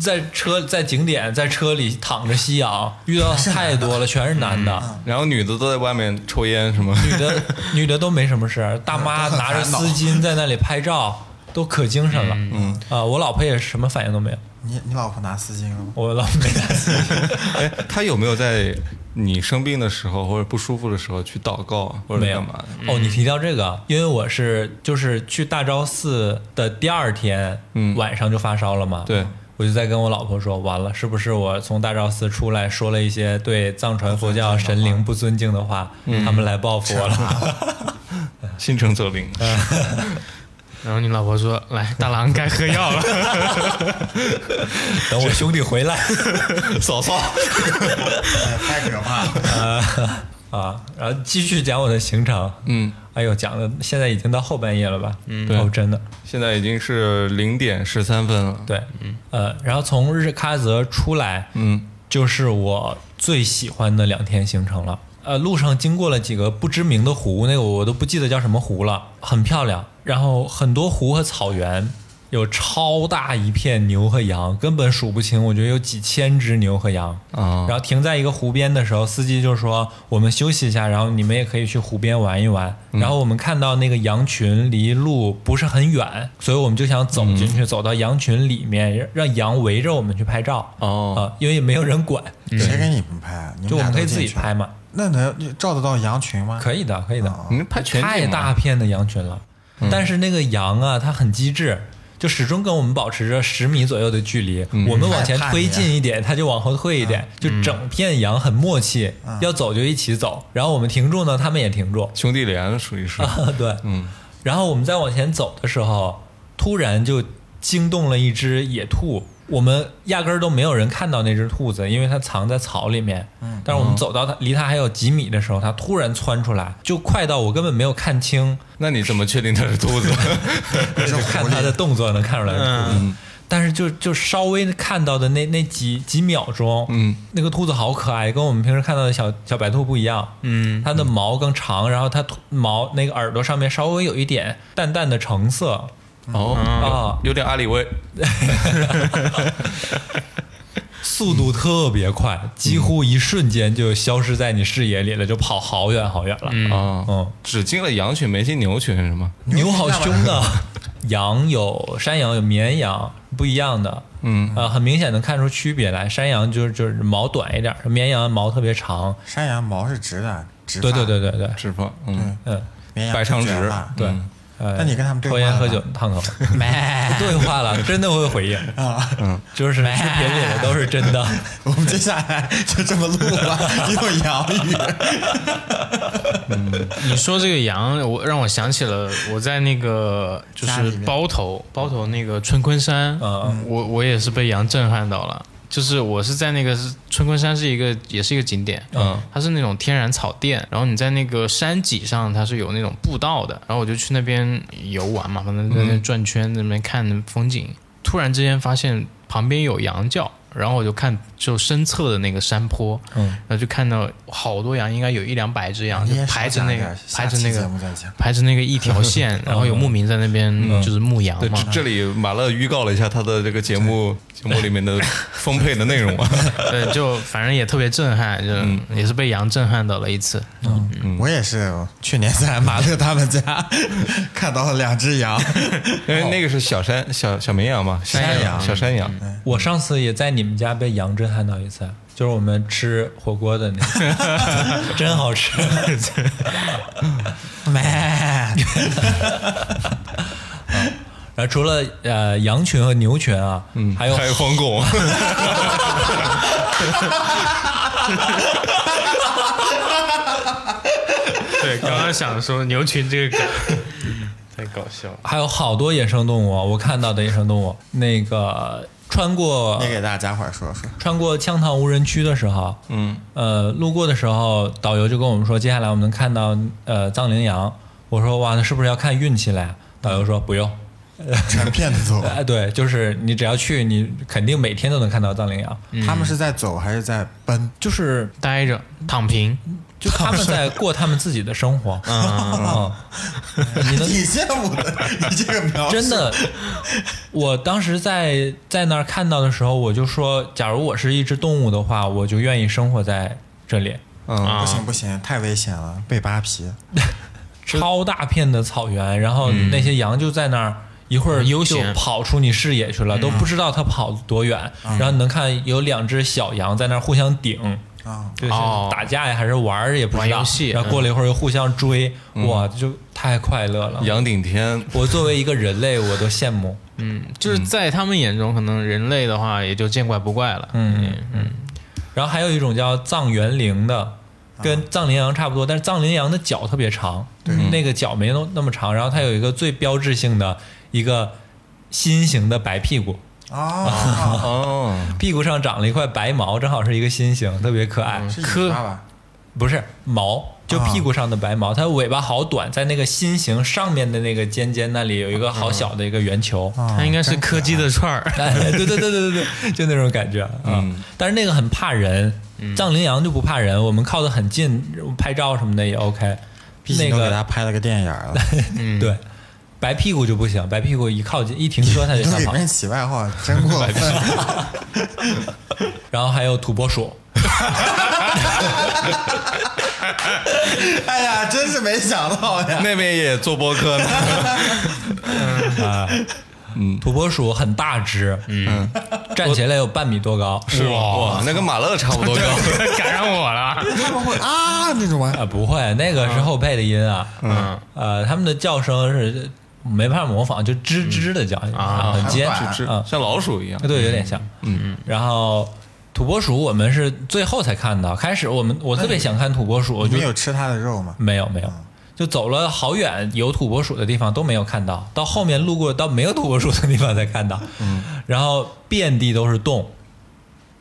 C: 在车在景点在车里躺着吸氧，遇到太多了，全是男的。
A: 然后女的都在外面抽烟
C: *laughs*
A: 什么，
C: 女的女的都没什么事儿，大妈
B: 都很
C: 拿着
B: 烦恼
C: 丝巾在那里拍照，都可精神了。嗯啊，我老婆也是什么反应都没有，
B: 你你老婆拿丝巾了吗？
C: 我老婆没拿丝巾。
A: 哎，她有没有在你生病的时候或者不舒服的时候去祷告啊或者
C: 没
A: *laughs*
C: 有
A: 干嘛的？
C: 哦，你提到这个，因为我是就是去大昭寺的第二天、
A: 嗯
C: 晚上就发烧了嘛，
A: 对，
C: 我就在跟我老婆说，完了，是不是我从大昭寺出来说了一些对藏传佛教神灵不尊敬的话，他们来报复我了？
A: 心诚则灵。
C: 嗯
D: 然后你老婆说，来，大郎该
C: *laughs*
D: 喝药了，
C: 等我兄弟回来，
A: 嫂嫂，
B: 哎太可怕了！
C: 啊，然后继续讲我的行程。
A: 嗯，
C: 哎呦，讲的现在已经到后半夜了吧？嗯
A: 对
C: 哦，真的，
A: 现在已经是零点十三分了。
C: 对，嗯，呃，然后从日喀则出来，
A: 嗯，
C: 就是我最喜欢的两天行程了。呃，路上经过了几个不知名的湖，那个我都不记得叫什么湖了，很漂亮。然后很多湖和草原，有超大一片牛和羊，根本数不清，我觉得有几千只牛和羊。
A: 啊
C: 然后停在一个湖边的时候，司机就说：“我们休息一下，然后你们也可以去湖边玩一玩。
A: 嗯
C: 然后我们看到那个羊群离路不是很远，所以我们就想走进去，走到羊群里面，让让羊围着我们去拍照。啊、
A: 哦，
C: 因为也没有人管，
B: 谁给你们拍啊？你
C: 嗯就
B: 们
C: 我
B: 俩
C: 们
B: 都
C: 可以自己
B: 进去了
C: 拍嘛，
B: 那能你照得到羊群吗？
C: 可以的，可以
B: 哦
C: 的。
A: 你拍全景
C: 哦太
A: 吗
C: 大片的羊群了，
B: 嗯
C: 但是那个羊啊，它很机智。就始终跟我们保持着十米左右的距离，
B: 嗯
C: 我们往前推进一点，它就往后退一点，就整片羊很默契，
B: 嗯
C: 要走就一起走，然后我们停住呢，他们也停住， *laughs*
A: 兄弟连属于是。
C: 啊，对，
A: 嗯，
C: 然后我们再往前走的时候，突然就惊动了一只野兔。我们压根儿都没有人看到那只兔子，因为它藏在草里面。嗯，但是我们走到它离它还有几米的时候，它突然窜出来，就快到我根本没有看清，
A: 那你怎么确定它是兔子？
C: 就看它的动作能看出来是兔子。但是就就稍微看到的那那几几秒钟，
A: 嗯，
C: 那个兔子好可爱，跟我们平时看到的小小白兔不一样。
D: 嗯，
C: 它的毛更长，然后它兔毛那个耳朵上面稍微有一点淡淡的橙色，
A: 哦，
C: 啊，
A: 有点阿里威。
C: 速度特别快，几乎一瞬间就消失在你视野里了，就跑好远好远了。
A: 啊，
C: 嗯
A: 只进了羊群，没进牛群是吗？
C: 牛好凶啊的，羊有山羊有绵羊，不一样的。
A: 嗯，
C: 呃，很明显能看出区别来，山羊就是就是毛短一点，绵羊毛特别长。
B: 山羊毛是直的，直发
C: 对对，对对对，
A: 是吧？嗯，
C: 嗯，
B: 绵羊
A: 白长直
B: 是卷发
C: 对，
A: 嗯
C: 嗯、哎
B: 那你跟他们对话
C: 抽烟
B: 了
C: 喝
B: 吗
C: 酒烫头，
E: 没，
C: *laughs* 对话了，真的会回应，
B: 啊，
C: 就是视频里的都是真的。
B: 我们接
C: *laughs*
B: 下来就这么录吧，用洋语。
C: 啊
D: 你说这个羊，我让我想起了我在那个就
B: 家里
D: 是
B: 面
D: 包头包头那个春昆山，
C: 嗯
D: 我我也是被羊震撼到了。就是我是在那个是春昆山是一个也是一个景点，
C: 嗯，
D: 它是那种天然草甸，然后你在那个山脊上它是有那种步道的，然后我就去那边游玩嘛，反正在那边转圈，在那边看风景，突然之间发现旁边有羊叫，然后我就看就身侧的那个山坡，
C: 嗯
D: 然后就看到好多羊，应该有一两百只羊，就
B: 你也少
D: 排着
B: 讲
D: 那
B: 点
D: 个
B: 下
D: 排着
B: 期
D: 那
B: 节
D: 个
B: 目再讲。
D: 排成那个一条线，然后有牧民在那边就是牧羊
A: 对，
D: 嘛
A: 这。这里马乐预告了一下他的这个节目节目里面的丰沛的内容啊。
D: 对，就反正也特别震撼，就也是被羊震撼到了一次。
C: 嗯
B: 我也是去年在马乐他
C: *laughs*
B: 们家看到了两只羊，
A: 因为那个是小山小小绵羊嘛，小
B: 山羊
A: 小山羊，
C: 我上次也在你们家被羊震撼到一次，就是我们吃火锅的那次，真好吃。
B: 没
C: 然后除了呃羊群和牛群啊，还有
A: 还有黄狗，
D: 对，刚刚想说牛群这个梗太搞笑了。
C: 还有好多野生动物啊，我看到的野生动物，那个穿过
B: 你给大家伙儿说
C: *laughs*
B: 说，
C: 穿过羌塘无人区的时候，嗯，呃，路过的时候，导游就跟我们说，接下来我们能看到呃藏羚羊。我说哇，那是不是要看运气来？导游说不用，
B: 成片子走。
C: 哎，对，就是你只要去，你肯定每天都能看到藏羚羊。
B: 他们是在走还是在奔？
C: 就是
D: 待着，躺平，
C: 就他们在过他们自己的生活， *laughs* 嗯，你能
B: 你羡慕的，你这个描述
C: 真的，我当时在在那儿看到的时候，我就说，假如我是一只动物的话，我就愿意生活在这里。啊
D: 啊
A: 嗯，
B: 不行不行，太危险了，被扒皮。
C: 超大片的草原，然后那些羊就在那儿。一会儿
D: 嗯悠
C: 就
D: 闲
C: 跑出你视野去了，都不知道它跑多远。
D: 嗯
C: 然后你能看有两只小羊在那儿互相顶，
B: 啊、
C: 就是
D: 哦
C: 打架呀，还是玩儿也不知道。
D: 玩游戏嗯
C: 然后过了一会儿又互相追，哇，就太快乐了。
A: 羊嗯顶天，
C: 我作为一个人类，我都羡慕。
D: 嗯，就是在他们眼中，可能人类的话也就见怪不怪了。
C: 嗯嗯。然后还有一种叫藏原羚的，跟藏羚羊差不多，但是藏羚羊的脚特别长，那个脚没那那么长。然后它有一个最标志性的一个心形的白屁股， *laughs*
B: 哦，
A: 哦，
C: 屁股上长了一块白毛，正好是一个心形，特别可爱。
B: 是尾巴吧？
C: 不是毛，就屁股上的白毛，它尾巴好短，在那个心形上面的那个尖尖那里有一个好小的一个圆球。
B: 啊
D: 它应该是柯基的串儿，
C: 哎， *laughs* 对对对对对对，就那种感觉啊。但是那个很怕人，藏羚羊就不怕人，我们靠得很近，拍照什么的也 OK。
B: 毕
C: 那
B: 竟都给他
C: 个
B: 拍了个电影了，
C: 对，白屁股就不行，白屁股一靠近一停车它 *laughs* 就
B: 都
C: 想
B: 给
C: 跑
B: 别。人起外号，真过分。
C: 然后还有土拨鼠，
B: 哎呀，真是没想到呀！
A: 那边也做播客呢，
C: 土拨鼠很大只，嗯，站起来有半米多高，
A: 是吗？哇，那跟马乐差不多高。
D: 赶上我
C: *laughs*
D: 了。
C: 嗯
B: 他们会啊那种吗？
C: 啊，不会，那个是后配的音啊。嗯，呃，他们的叫声是没法模仿，就吱吱的叫，啊，很尖，
B: 还
A: 是
C: 啊，
A: 像老鼠一样。
C: 对，有点像。嗯，然后土拨鼠我们是最后才看到，开始我们我特别想看土拨鼠，我
B: 你
C: 就
B: 们有吃它的肉吗？
C: 没有没有。就走了好远，有土拨鼠的地方都没有看到，到后面路过到没有土拨鼠的地方才看到，然后遍地都是洞，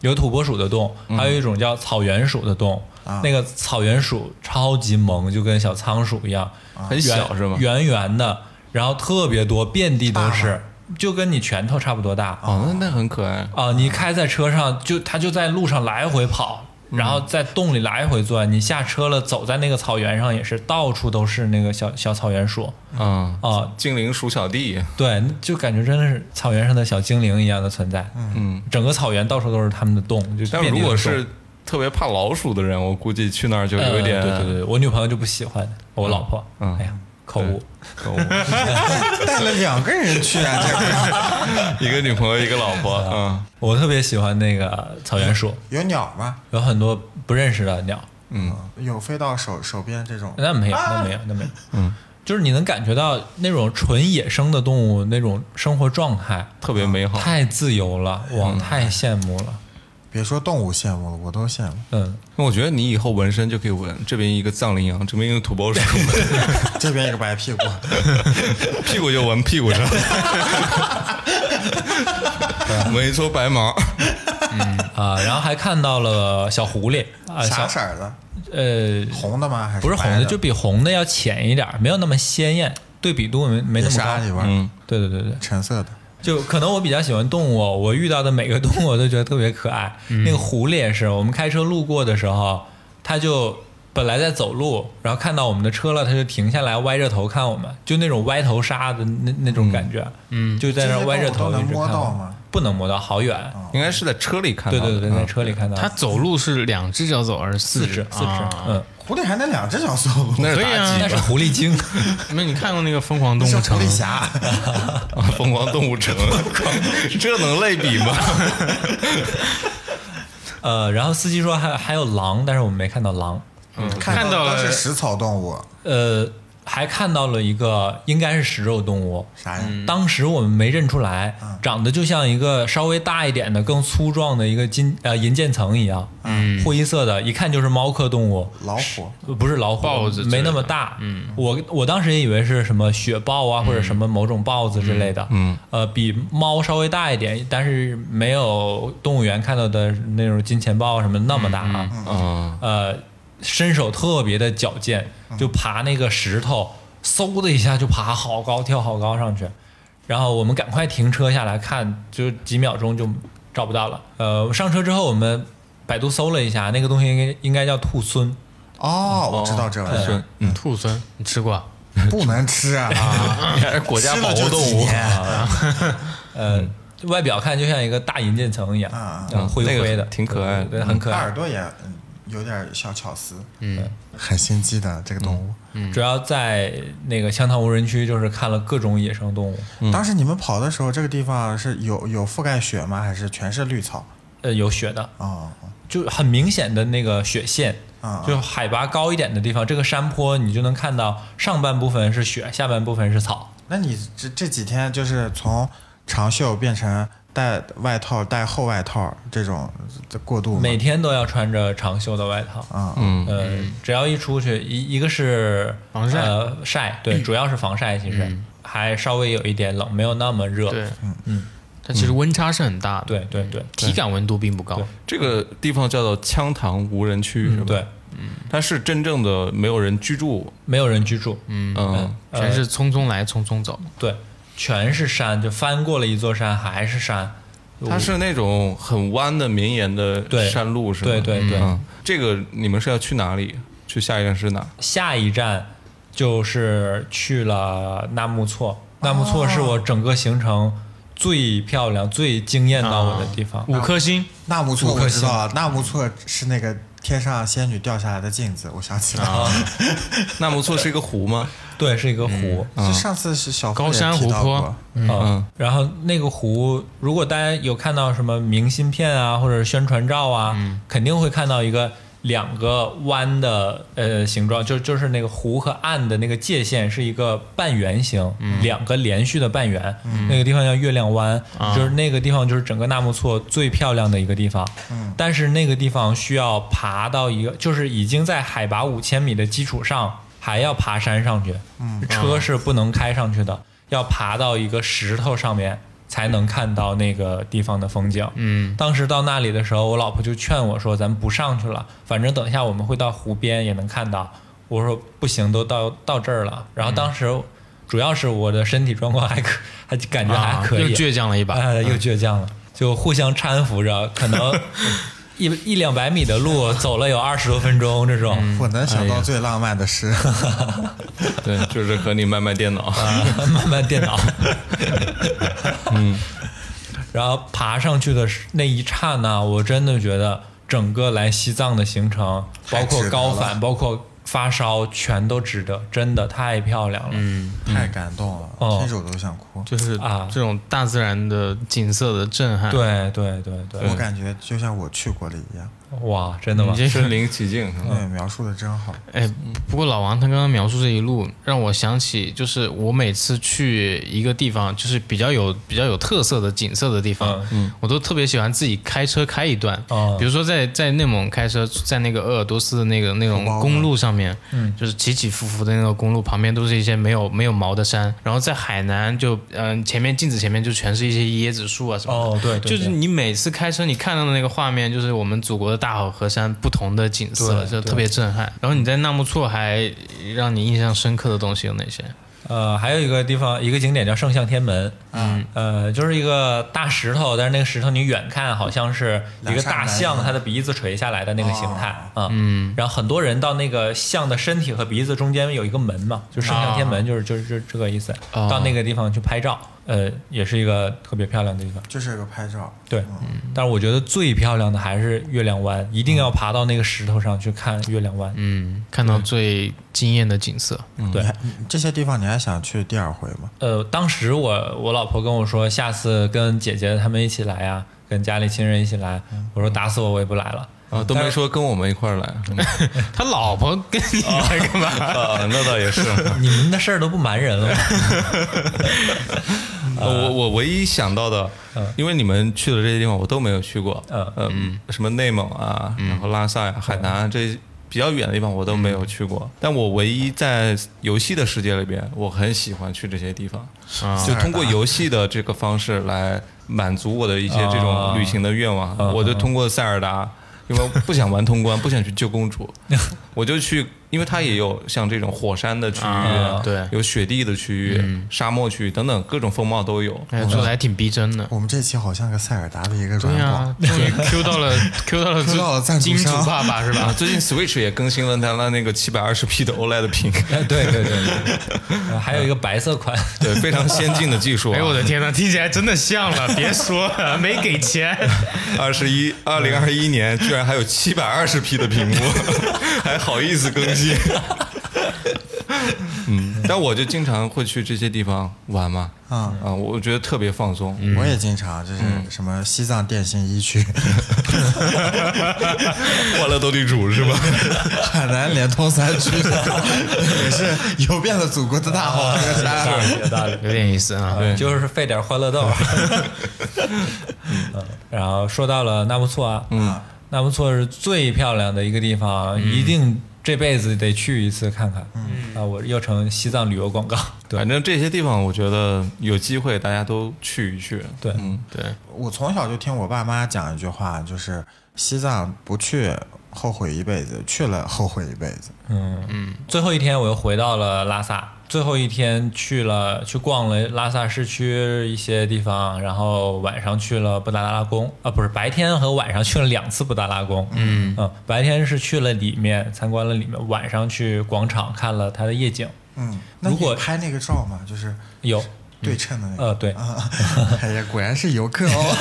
C: 有土拨鼠的洞，还有一种叫草原鼠的洞，那个草原鼠超级萌，就跟小仓鼠一样，
A: 很小是吗
C: 圆圆的，然后特别多，遍地都是，就跟你拳头差不多大，
A: 哦，那那很可爱。
C: 啊，你开在车上就它就在路上来回跑，然后在洞里来回钻。你下车了，走在那个草原上也是到处都是那个小小草原鼠
A: 嗯，
C: 啊，
A: 精灵鼠小弟，
C: 对，就感觉真的是草原上的小精灵一样的存在。嗯，整个草原到处都是它们的洞，就
A: 但
C: 遍
A: 如
C: 地
A: 果
C: 都洞
A: 是特别怕老鼠的人，我估计去那儿就
C: 呃
A: 有一点。
C: 对对对，我女朋友就不喜欢我老婆，
A: 嗯
C: 哎呀，口误。
A: *laughs* 狗窝
B: 带了两个人去啊，这个
A: 一个女朋友，一个老
C: 啊
A: 婆。嗯，
C: 我特别喜欢那个草原鼠，
B: 有鸟吗？
C: 有很多不认识的鸟，
B: 有飞到手手边这种啊
C: 那没有，那没有，那没有。嗯，就是你能感觉到那种纯野生的动物那种生活状态，
A: 特别美好。
C: 太自由了，哇，太羡慕了。
B: 别说动物羡慕了，我都羡慕。
C: 嗯，
A: 那我觉得你以后纹身就可以纹这边一个藏羚羊，这边一个土拨鼠，
B: 这边一个白屁股，
A: 屁股就纹屁
C: *laughs*
A: 股上，纹一撮白毛。
C: 啊，然后还看到了小狐狸啊，
B: 啥
C: 小
B: 色儿的？
C: 呃，
B: 红的吗？还是
C: 不是红
B: 白
C: 的，
B: 的？
C: 就比红的要浅一点儿，没有那么鲜艳，对比度没没那
B: 也
C: 么
B: 是
C: 高
B: 阿。里吧？
A: 嗯，
C: 对对对对，
B: 橙色的。
C: 就可能我比较喜欢动物，我遇到的每个动物我都觉得特别可爱。那个狐狸也是，我们开车路过的时候，它就本来在走路，然后看到我们的车了，它就停下来，歪着头看我们，就那种歪头杀的那那种感觉。嗯，就在那儿歪着头
B: 这
C: 一直
B: 些动物都能摸
C: 看我
B: 到
C: 们
B: 吗，
C: 不能摸到，好远。
A: 应该是在车里看
C: 对
A: 到的。嗯
C: 对对，在车里看到啊
D: 它走路是两只脚走还是
C: 四
D: 四
C: 只四只
D: 啊，
C: 嗯，
B: 狐狸还能两只脚走路，
A: 那是
D: 对呀
A: 妲己
C: 啊那是狐狸精。嗯
D: 没有你看过那个《疯狂动
B: 是
D: 物
B: 狐
D: 城
B: 狸》？侠。
A: 啊 *laughs* 疯狂动物
C: *laughs*
A: 城，这能类比吗？
C: 呃，然后司机说还还有狼，但是我们没看到狼。
D: 嗯，
B: 看
D: 看到
B: 的
D: 了
B: 都是食草动物，
C: 呃，还看到了一个应该是食肉动物，
B: 啥呀？
D: 嗯
B: 啊
C: 当时我们没认出来，长得就像一个稍微大一点的、更粗壮的一个金呃银渐层一样，嗯，灰色的，一看就是猫科动物，
B: 老虎。
C: 呃不是老虎，
D: 豹子之类的
C: 没那么大。嗯，我我当时也以为是什么雪豹
D: 嗯
C: 啊，或者什么某种豹子之类的。嗯，呃，比猫稍微大一点，但是没有动物园看到的那种金钱豹什么那么大
D: 嗯
C: 啊。
A: 啊，
C: *laughs* 呃，身手特别的矫健，
B: 嗯
C: 就爬那个石头，嗖的一下就爬好高，跳好高上去。然后我们赶快停车下来看，就几秒钟就找不到了。呃，上车之后我们百度搜了一下，那个东西应该应该叫兔狲，
B: 哦，我知道这玩意
A: 是
B: 儿，
A: 嗯，
D: 兔狲，你吃过啊？
B: 不能吃啊！
A: 你还是国家
B: 吃
A: 保
B: 了
A: 护
B: 就
A: 动
B: 几
A: 物。
B: *laughs* 年，
C: 呃，外表看就像一个大银渐层一样，
B: 嗯啊
C: 呃灰
A: 那个
C: 灰的，
A: 挺可爱的
C: 对，很可
B: 它
C: 爱
B: 耳。朵也嗯有点小巧思，嗯，很心机的这个动物。
C: 主要在那个香塘无人区，就是看了各种野生动物，
B: 当时你们跑的时候，这个地方是有有覆盖雪吗？还是全是绿草？
C: 呃，有雪的，
B: 哦，
C: 就很明显的那个雪线，
B: 啊
C: 就海拔高一点的地方，这个山坡你就能看到上半部分是雪，下半部分是草。
B: 那你这这几天就是从长袖变成带外套、带厚外套这种这过渡吗？
C: 每天都要穿着长袖的外套，
B: 啊，
A: 嗯，
C: 呃，只要一出去，一一个是
D: 防晒
C: 呃晒，对，主要是防晒，其实、还稍微有一点冷，没有那么热。
D: 对，
C: 嗯，
D: 它其实温差是很大的，，
C: 对对对
D: 体感温度并不高
C: 对。
A: 这个地方叫做羌塘无人区，是吧？
C: 嗯对，，
A: 它是真正的没有人居住。
C: 没有人居住，
A: 嗯
C: 呃
D: 全是匆匆来，匆匆走。
C: 对，全是山，就翻过了一座山还是山。
A: 它是那种很弯的绵延的
C: 对
A: 山路，是吗？
C: 对对对
A: 嗯这个你们是要去哪里？去下一站是
C: *laughs*
A: 哪？
C: 下一站就是去了纳木错，纳木错是我整个行程最漂亮、最惊艳到我的地方。
D: 五颗星，
B: 纳木错
C: 五颗
B: 我知道啊了，纳木错是那个天上仙女掉下来的镜子，我想起来了。
A: 纳木错是一个湖吗？
C: 对，是一个湖。
B: 就上次是小
D: 高山湖泊，
C: 嗯然后那个湖，如果大家有看到什么明信片啊，或者宣传照啊，肯定会看到一个两个弯的呃形状，就就是那个湖和岸的那个界限是一个半圆形，两个连续的半圆，那个地方叫月亮湾，就是那个地方就是整个纳木错最漂亮的一个地方。
D: 嗯
C: 但是那个地方需要爬到一个，就是已经在海拔五千米的基础上，还要爬山上去，
D: 嗯
C: 车是不能开上去的。要爬到一个石头上面才能看到那个地方的风景。
D: 嗯，
C: 当时到那里的时候，我老婆就劝我说：“咱不上去了，反正等一下我们会到湖边也能看到。”我说：“不行，都到到这儿了。”然后当时
D: 嗯
C: 主要是我的身体状况还可，还感觉还
D: 啊，
C: 可
D: 又
C: 以，
D: 倔强了一把。
C: 哎，
B: 嗯
C: 又倔强了，就互相搀扶着，可
B: *laughs*
C: 能一一两百米的路走了有二十多分钟这种。
B: 我能想到最浪漫的诗，
A: 对，就是和你卖卖电脑。
C: 啊，慢慢电脑。嗯，
B: 嗯
C: *laughs* 然后爬上去的时那一刹那，我真的觉得整个来西藏的行程，包
B: 太值
C: 括
B: 得
C: 高
B: 了
C: 反，包括发烧，全都值得，真的太漂亮了。
D: 嗯，
B: 太感动了，
C: 哦
B: 听着我都想哭。
D: 就是
C: 啊
D: 这种大自然的景色的震撼。，
C: 对对对对，
B: 我感觉就像我去过的一样，
C: 哇，真的吗
D: 你？这
A: 身临其境。
C: 嗯
B: 对，描述的真好。
D: 哎，不过老王他刚刚描述这一路，让我想起，就是我每次去一个地方，就是比较有比较有特色的景色的地方，我都特别喜欢自己开车开一段。
C: 哦
D: 比如说在在内蒙开车，在那个鄂尔多斯的那个那种
B: 红包吗
D: 公路上面，
C: 嗯
D: 就是起起伏伏的那个公路，旁边都是一些没有没有毛的山。然后在海南就，嗯、前面镜子前面就全是一些椰子树啊什么的。
C: 哦，对，对
D: 就是
C: 对
D: 你每次开车，你看到的那个画面，就是我们祖国的大好河山不同的景色，
C: 对
D: 就
C: 对
D: 特别震撼。然后你在纳木错还让你印象深刻的东西有哪些？
C: 呃，还有一个地方，一个景点叫圣象天门，
B: 嗯，
C: 呃，就是一个大石头，但是那个石头你远看好像是一个大
B: 两扇
C: 象，
B: 门
C: 它的鼻子垂下来的那个形态啊，嗯，然后很多人到那个象的身体和鼻子中间有一个门嘛，就圣象天门，就是就是这这个意思，
D: 哦
C: 到那个地方去拍照，呃，也是一个特别漂亮的地方。
B: 就是个拍照，
C: 对，但是我觉得最漂亮的还是月亮湾，一定要爬到那个石头上去看月亮湾。
D: 嗯，看到最惊艳的景色。
C: *laughs* 对
B: 你，还你这些地方你还想去第二回吗？
C: 呃，当时我我老婆跟我说，下次跟姐姐他们一起来啊，跟家里亲人一起来。我说打死我我也不来了。
A: 啊，都没说跟我们一块儿来
C: *laughs*
D: 他老婆跟你
C: 哦
D: 来干嘛？
A: 啊，那倒也是。
C: 你们的事儿都不瞒人了吗？
A: 呃我我唯一想到的，因为你们去的这些地方我都没有去过，
C: 嗯
A: 嗯，什么内蒙啊，
D: 嗯
A: 然后拉萨呀、海南啊这比较远的地方我都没有去过，但我唯一在游戏的世界里边，我很喜欢去这些地方，
D: 啊
A: 就通过游戏的这个方式来满足我的一些这种旅行的愿望。我就通过塞尔达，因为不想玩通关，不想去救公主，我就去，因为它也有像这种火山的区
D: 啊
A: 域，
D: 对
A: 有雪地的区域、沙漠区域等等各种风貌都有。
D: 哎，做的还挺逼真的。
B: 我们这期好像个塞尔达的一个
D: 对
B: 软广，
D: 啊，终于 Q 到了 Q 到了
B: Q 到了赞助
D: 金主
B: 商
D: 爸爸是
A: *laughs* 啊，
D: 吧？
A: 最近 Switch 也更新了它的那个七百二十 P 的 OLED 屏，
C: 哎 *laughs* 对对对对、呃还有一个白色款，
A: 对，非常先进的技术、啊。
D: 哎，我的天呐，听起来真的像了，别说了，没给钱。
A: 二十一二零二一年居然还有七百二十 P 的屏幕， *laughs* 还好意思更新？嗯，但我就经常会去这些地方玩嘛，啊
B: 嗯
A: 啊，我觉得特别放松。
C: 嗯
B: 我也经常就是什么西藏电信一区、 *laughs*
A: 欢乐斗地主是吧？
B: 海南联通三
C: *laughs*
B: 区，也是游遍了祖国的大好河
C: 哦大
B: 山。
C: 理大 *laughs* 理。
D: 有点意思啊。
A: 对
C: 就是费点欢乐豆。嗯，然后说到了纳木错啊，嗯，纳木错是最漂亮的一个地方，啊一定这辈子得去一次看看。嗯，啊，我又成西藏旅游广告。
A: *laughs*
C: 对
A: 反正这些地方我觉得有机会大家都去一去。
C: 对，
A: 嗯，
D: 对，
B: 我从小就听我爸妈讲一句话，就是西藏不去后悔一辈子，去了后悔一辈子。
C: 最后一天我又回到了拉萨，最后一天去了去逛了拉萨市区一些地方，然后晚上去了布达拉宫啊，不是白天和晚上去了两次布达拉宫，嗯白天是去了里面参观了里面，晚上去广场看了它的夜景，
B: 嗯，那
C: 如果
B: 你拍那个照嘛，就是
C: 有
B: 对称的那个。
C: 呃对，
B: 啊， *laughs* 哎呀，果然是游客哦。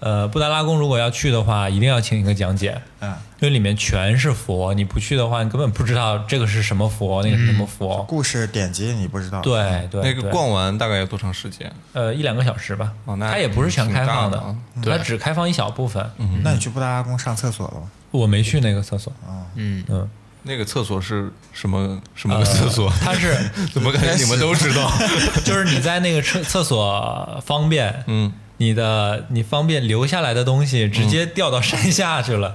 C: 呃布达拉宫如果要去的话，一定要请一个讲解，
B: *laughs* 嗯，
C: 因为里面全是佛，你不去的话，你根本不知道这个是什么佛，那个是什么佛，
B: 故事典籍你不知道。，
C: 对对，
A: 那个
C: 对
A: 逛完大概要多长时间？
C: 呃一两个小时吧。
A: 哦那
C: 它也不是全开放
A: 挺大的
C: 的
A: 啊，
C: 它只开放一小部分。
B: 嗯那你去布达拉宫上厕所了吗？
C: 嗯我没去那个厕所，
A: 哦
D: 嗯，
C: 嗯，
A: 那个厕所是什么什么个厕所？
C: 它是
A: *laughs* 怎么感觉你们都知道？
C: 就是你在那个厕厕所方便，
A: *laughs* 嗯，
C: 你的你方便留下来的东西直接掉到山下去
A: 嗯
C: 了。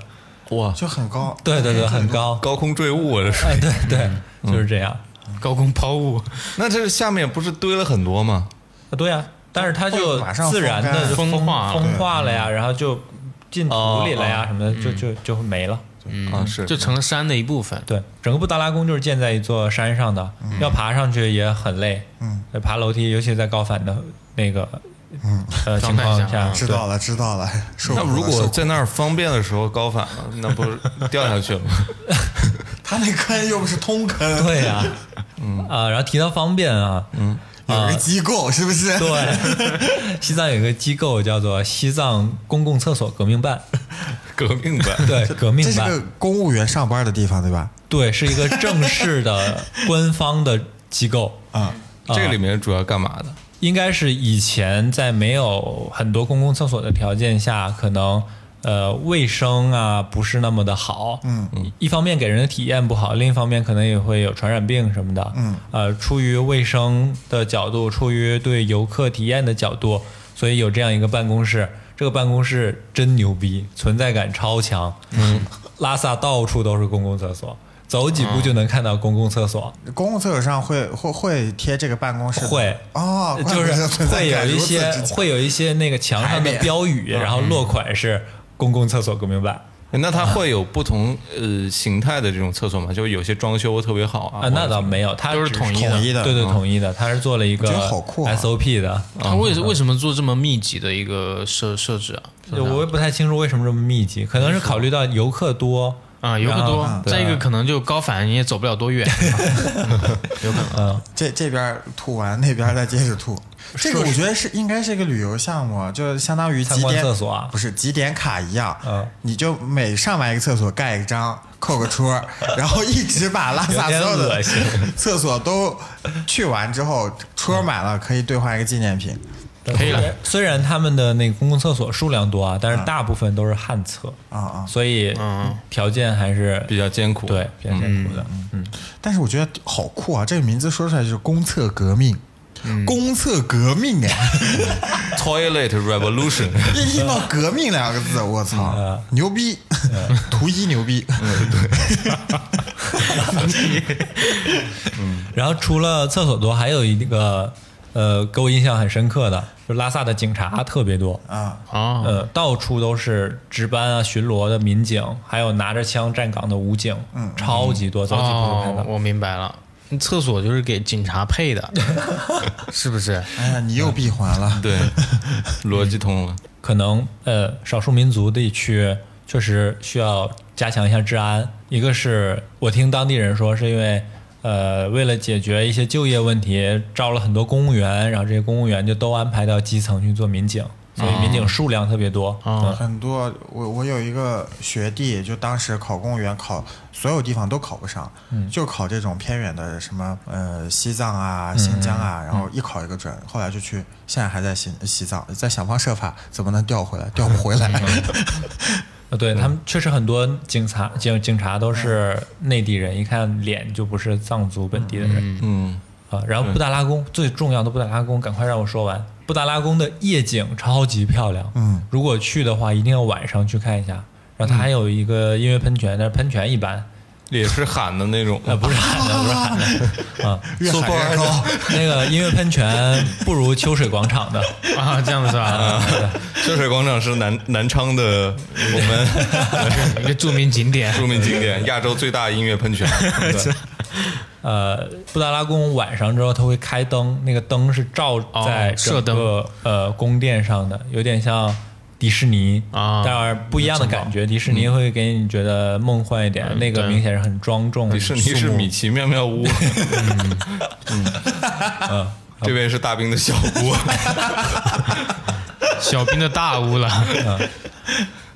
A: 哇，
B: 就很高。
C: 对对
A: 嗯
C: 对，很高，
A: 高空坠物啊！这是
C: 哎，对对，
A: 嗯
C: 就是这样。
D: 高空抛物，
A: *laughs* 那这下面不是堆了很多吗？
C: 啊对呀，但是它就
A: 哦
B: 会马上
C: 自然
B: 风干
C: 的
D: 风化了
C: 风化了
A: 嗯
C: 哦呀，然后就进土里了呀，什么的，就就就没了。
A: 啊，是
D: 就成了山的一部分。
C: 对，整个布达拉宫就是建在一座山上的，要爬上去也很累。
B: 嗯，
C: 爬楼梯，尤其在高反的那个
B: 嗯
C: 呃
D: 状
C: 情
D: 态
C: 况
D: 下
C: 下
D: 啊，
B: 知道了，知道
C: *laughs*
B: 了。受
A: 那
B: 苦了
A: 如
B: 受
A: 果
B: 苦
A: 在那儿方便的时候高反了，那不是掉下去了吗？ *laughs*
B: 他那坑又不是
C: *laughs*
B: 通坑，
C: 对
B: *laughs*
C: 呀、嗯啊，然后提到方便啊，嗯，
B: 有个机构是不是？
C: 对，西藏有一个机构叫做西藏公共厕所革命办，
A: 革命吧！
C: 对，革
B: *laughs* 这
C: 命
B: 是
C: 办
B: 个，公务员上班的地方，对吧？
C: 对，是一个正式
B: *laughs*
C: 的官方的机构，
B: 啊，
A: 这个里面主要干嘛的？
C: 应该是以前在没有很多公共厕所的条件下，可能呃卫生啊不是那么的好，
B: 嗯
C: 一方面给人的体验不好，另一方面可能也会有传染病什么的，
B: 嗯，
C: 呃，出于卫生的角度，出于对游客体验的角度，所以有这样一个办公室，这个办公室真牛逼，存在感超强，嗯，拉萨到处都是公共厕所，走几
B: 啊
C: 步就能看到公共厕所，
B: 公共厕所上会会会贴这个办公室的
C: 会
B: 哦，怪
C: 就
B: 不
C: 是
B: 得存在
C: 会有
B: 感
C: 一
B: 如此
C: 些
B: 之强
C: 会有一些那个墙上
B: 牌
C: 的
B: 匾
C: 标语，然后落款是公共厕所革命版。
B: 嗯
A: 那它会有不同呃形态的这种厕所吗？就是有些装修特别好啊，
C: 啊，那倒没有，它
D: 都是
C: 只
D: 统一的
B: 统一的
C: 对对，
A: 嗯
C: 统一的，它是做了一个
B: 我觉得好酷啊
C: SOP 的。
D: 他为为什么做这么密集的一个设设置啊？
C: 对我也不太清楚为什么这么密集，可能是考虑到游客多。
D: 啊，游客多
C: 然后，
D: 再一个
C: 对
D: 可能就高反你也走不了多远，有可能。
B: 这这边儿吐完，那边儿再接着
C: *laughs*
B: 吐。这个我觉得是应该是一个旅游项目，啊就相当于
C: 参
B: 几
C: 观
B: 点
C: 厕所啊
B: 不是几点卡一样。
C: 嗯
B: 你就每上完一个厕所盖一个章，扣个戳
C: *laughs*
B: 儿，然后一直把拉萨所有
C: 有点
B: 的
C: 恶心
B: *laughs* 厕所都去完之后，戳
C: 嗯
B: 满了可以兑换一个纪念品。
D: 可以了
C: 虽然虽然他们的那个公共厕所数量多啊，但是大部分都是旱厕
B: 嗯啊啊
C: 所以
D: 嗯
C: 条件还是
A: 比较艰苦。
C: 对比较艰苦的。嗯，
B: 但是我觉得好酷啊！这个名字说出来就是公厕革命，
C: 嗯
B: 公厕革命哎， *laughs*
A: ，Toilet Revolution，
B: 一听到革命两个字，我操
C: 嗯，
B: 牛逼，图一牛逼。
C: 然后除了厕所多，还有一个呃给我印象很深刻的，就拉萨的警察特别多。
B: 啊，
D: 啊，
C: 呃，到处都是值班啊、巡逻的民警，还有拿着枪站岗的武警，嗯，超级多，走几步就看到。
D: 哦，我明白了，厕所就是给警察配的，是不是？
B: 哎 *laughs* 呀，你又闭环
A: *laughs*
B: 了。
A: 对，逻辑通了。
C: 可能呃，少数民族地区确实需要加强一下治安。一个是我听当地人说，是因为呃，为了解决一些就业问题，招了很多公务员，然后这些公务员就都安排到基层去做民警，所以民警数量特别多。嗯
B: *laughs* 很多，我我有一个学弟，就当时考公务员考所有地方都考不上，就考这种偏远的什么呃西藏啊、新疆啊，然后一考一个准，后来就去，现在还在西西藏，在想方设法怎么能调回来，调不回来。
C: 呃，对他们确实很多警察警警察都是内地人，一看脸就不是藏族本地的人。
A: 嗯，
C: 啊，然后布达拉宫最重要的布达拉宫，赶快让我说完。布达拉宫的夜景超级漂亮，
B: 嗯，
C: 如果去的话，一定要晚上去看一下。然后它还有一个音乐喷泉，但是喷泉一般， *laughs*
A: 也是喊的那种。
C: 呃，不是 *laughs* 喊的，不是喊的，啊，
B: *laughs* 越喊越高
C: 那个音乐喷泉不如秋水广场的，
D: 啊，这样子是吧？
A: 秋水广场是南南昌的我们
D: 一个著名景点，
A: 著名景点，亚洲最大音乐喷泉。对
C: 呃，布达拉宫晚上之后，它会开灯，那个灯是照在
D: 哦射
C: 整个呃宫殿上的，有点像迪士尼
D: 啊
C: 当然不一样的感觉。迪士尼会给你觉得梦幻一点，那个
D: 对
C: 明显是很庄重。
A: 迪士尼是米奇妙妙屋，
C: 嗯，
A: 这边是大兵的小屋。
D: 小兵的大屋了。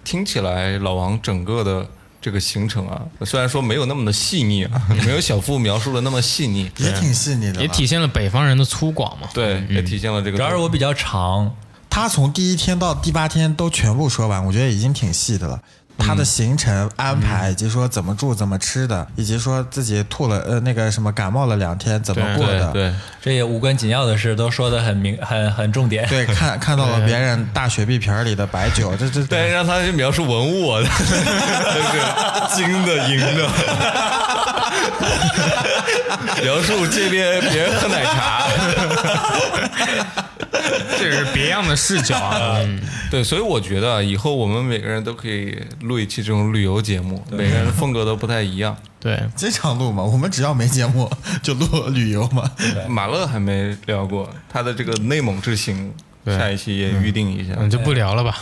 A: 听起来老王整个的这个行程啊，虽然说没有那么的细腻啊，没有小付描述的那么细腻，
B: 也挺细腻的
D: 也
B: 了。
D: 体现了北方人的粗犷嘛。
A: 对，也体现了这个。
C: 主要是我比较长，
B: 他从第一天到第八天都全部说完，我觉得已经挺细的了。他的行程安排，以及说怎么住、怎么吃的，以及说自己吐了呃那个什么感冒了两天怎么
D: 对
B: 过的
A: 对，对，
C: 这些无关紧要的事都说的很明，很很重点。
B: 对， *laughs* 看看到了别人大雪碧瓶儿里的白酒，这这
A: 但是
B: 这
A: 让他去描述文物啊， *laughs* 就是金的银的， *laughs* 描述这边别人喝奶茶。
D: 这是别样的视角啊。 *laughs* 嗯
A: 对，所以我觉得啊以后我们每个人都可以录一期这种旅游节目，每个人风格都不太一样。 *laughs*
D: 对，
B: 经常录嘛，我们只要没节目就录 *laughs* 旅游嘛。
A: 马乐还没聊过他的这个内蒙之行，
D: 对
A: 下一期也预定一下。
D: 嗯，就不聊了吧。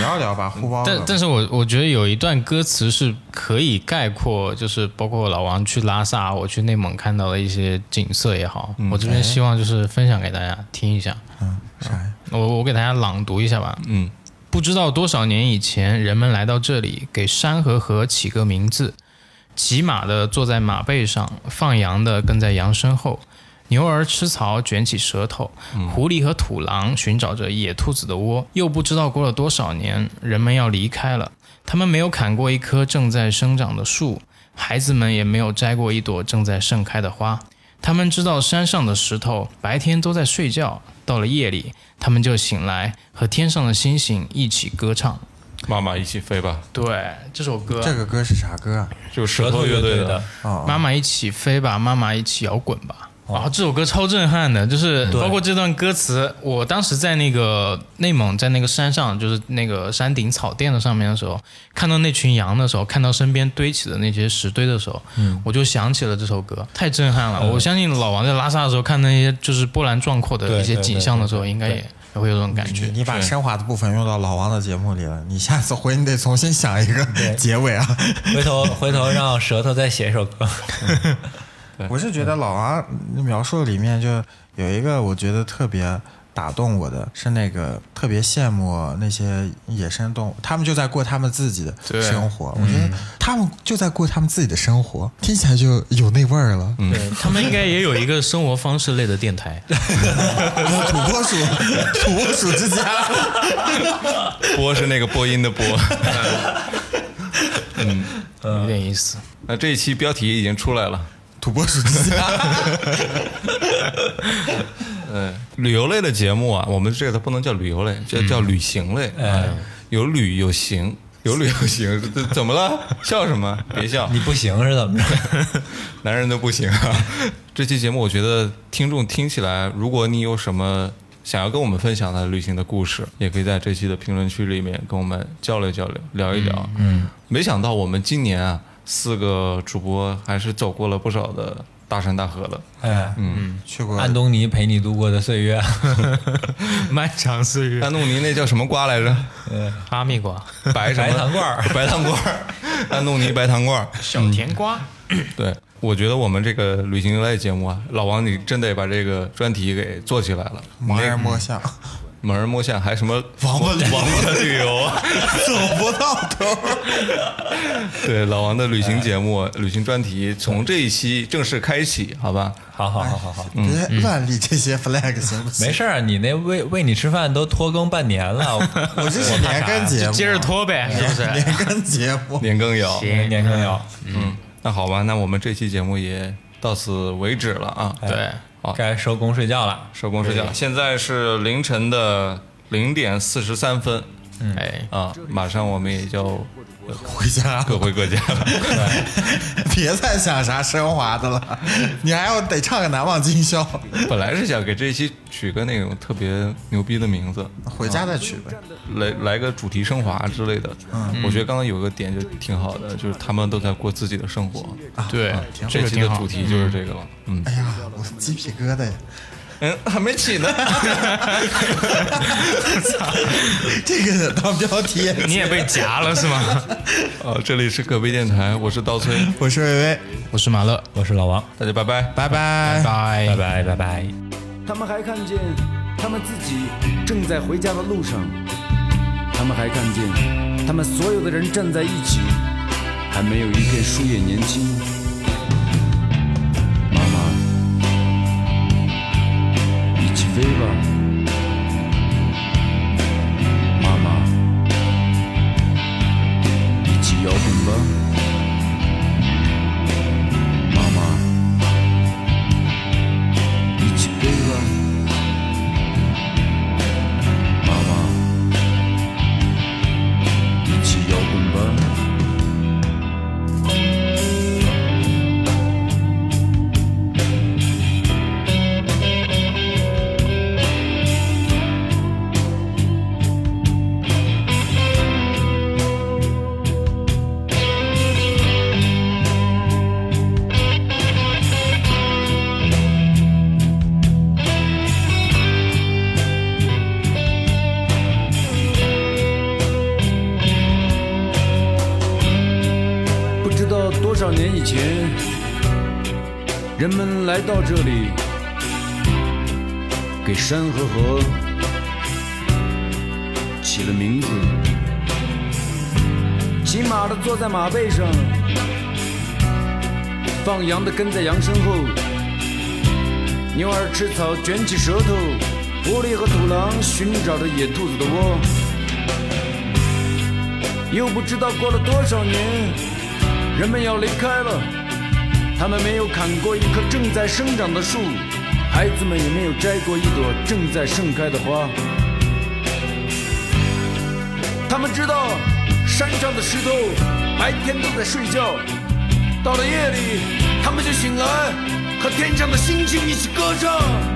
B: 聊一聊吧，互包
D: 但但是我我觉得有一段歌词是可以概括，就是包括老王去拉萨，我去内蒙看到的一些景色也好，我这边希望就是分享给大家听一下。
B: 啥呀？
D: 我我给大家朗读一下吧。
A: 嗯，
D: 不知道多少年以前，人们来到这里，给山和河起个名字。骑马的坐在马背上，放羊的跟在羊身后，牛儿吃草卷起舌头，狐狸和土狼寻找着野兔子的窝。又不知道过了多少年，人们要离开了，他们没有砍过一棵正在生长的树，孩子们也没有摘过一朵正在盛开的花。他们知道山上的石头白天都在睡觉，到了夜里，他们就醒来，和天上的星星一起歌唱。
A: 妈妈一起飞吧，
D: 对，这首歌，
B: 这个歌是啥歌啊？
A: 就是
C: 舌
A: 舌
C: 头
A: 头
C: 乐
A: 乐
C: 队
A: 队 *laughs*
C: 的，
B: 哦，
D: 妈妈一起飞吧，妈妈一起摇滚吧。
C: 哦
D: 哇、这首歌超震撼的，就是包括这段歌词，我当时在那个内蒙，在那个山上，就是那个山顶草甸的上面的时候，看到那群羊的时候，看到身边堆起的那些石堆的时候，
C: 嗯
D: 我就想起了这首歌，太震撼了。我相信老王在拉萨的时候看那些就是波澜壮阔的
C: 对
D: 一些
C: 对
D: 景
C: 对
D: 象的
C: 对
D: 时候，应该
C: 对
D: 也也会有这种感觉
B: 你。你把
A: 是
B: 升华的部分用到老王的节目里了，你下次回你得重新想一个结尾啊。
C: 回头回头让舌头再写一首歌。
B: 我是觉得老王描述里面就有一个我觉得特别打动我的，是那个特别羡慕那些野生动物，他们就在过他们自己的
D: 对
B: 生活。我觉得他们就在过他们自己的生活，听起来就有那味儿了。
D: 对他们应该也有一个生活方式类的电 *laughs* 台，
B: *laughs* 土拨鼠，土拨鼠之家。
A: 播是那个播音的播。 *laughs*
D: 有点意 *laughs* 思。
A: 那这一期标题已经出来了。
B: 土拨鼠之家，
A: 旅游类的节目啊，我们这个它不能叫旅游类，叫叫旅行类。嗯哎，有旅有行，有旅有行， *laughs* 这这怎么了？笑什么？别笑
C: 你，不行是怎么着？
A: *laughs* 男人都不行啊。 *laughs* 这期节目我觉得听众听起来，如果你有什么想要跟我们分享的旅行的故事，也可以在这期的评论区里面跟我们交流交流，聊一聊。嗯，没想到我们今年啊，四个主播还是走过了不少的大山大河 *laughs* 了。
C: 哎，
B: 去过
C: 安东尼陪你度过的岁月， *laughs*
D: 漫长岁月，
A: 安东尼那叫什么瓜来着？
D: 哈密瓜、
A: *laughs* 白什么
C: 白糖罐儿，
A: *laughs* 白糖罐儿，安东尼白糖罐儿。
D: *laughs* 小甜瓜。
A: 对，我觉得我们这个旅行类节目啊，老王你真得把这个专题给做起来了，
B: 盲人摸象，
A: 猛人摸象，还什么王八 *laughs* 王八旅游啊？
B: 走不到头。
A: *laughs* 对，老王的旅行节目、旅行专题从这一期正式开启，好吧？
C: 好好好好好，
B: 别乱立这些 flag 行不
C: *laughs*
B: 行？
C: 没事儿，你那喂喂你吃饭都拖更半年了，
B: 我这是年更节目，
D: 接着拖呗，是不 *laughs* 是？
B: 年更节目。
A: 年羹尧，
D: 行
C: 年更要
A: 嗯，那好吧，那我们这期节目也到此为止了啊。
D: 对，
A: 好
C: 该收工睡觉了。
A: 收工睡觉，现在是凌晨的零点四十三分
D: 哎，
A: 啊，马上我们也就
B: 回家
A: 各回各家了。
B: *laughs* 别再想啥升华的了，你还要得唱个难忘今宵，
A: *laughs* 本来是想给这一期取个那种特别牛逼的名字，
B: 回家再去呗。
A: 来来个主题升华之类的。我觉得刚刚有个点就挺好的，就是他们都在过自己的生活。
D: 对，这
A: 啊这
D: 个
A: 期的
D: 嗯挺好
A: 主。题就是这个了。嗯
B: 哎呀，我鸡皮疙瘩呀！
A: 嗯，还没起 *laughs* 呢。
B: 这个当标题，
D: 你也被夹了是吗？
A: 呃，这里是可悲电台，我是刀崔，
B: 我是薇薇，
D: *laughs* 我是马乐，
C: 我是老王，
A: 大家拜拜。
B: 拜拜。
D: 拜
C: 拜拜拜拜。
E: 他们还看见他们自己正在回家的路上，他们还看见他们所有的人站在一起，还没有一片树叶年轻。妈妈，一起飞吧，妈妈，一起摇滚吧，妈妈。一起飞吧，妈妈，一起摇滚吧。不知道多少年以前，人们来到这里，给山和河起了名字。骑马的坐在马背上，放羊的跟在羊身后，牛儿吃草卷起舌头，狐狸和土狼寻找着野兔子的窝。又不知道过了多少年，人们要离开了，他们没有砍过一棵正在生长的树，孩子们也没有摘过一朵正在盛开的花。他们知道，山上的石头白天都在睡觉，到了夜里，他们就醒来，和天上的星星一起歌唱。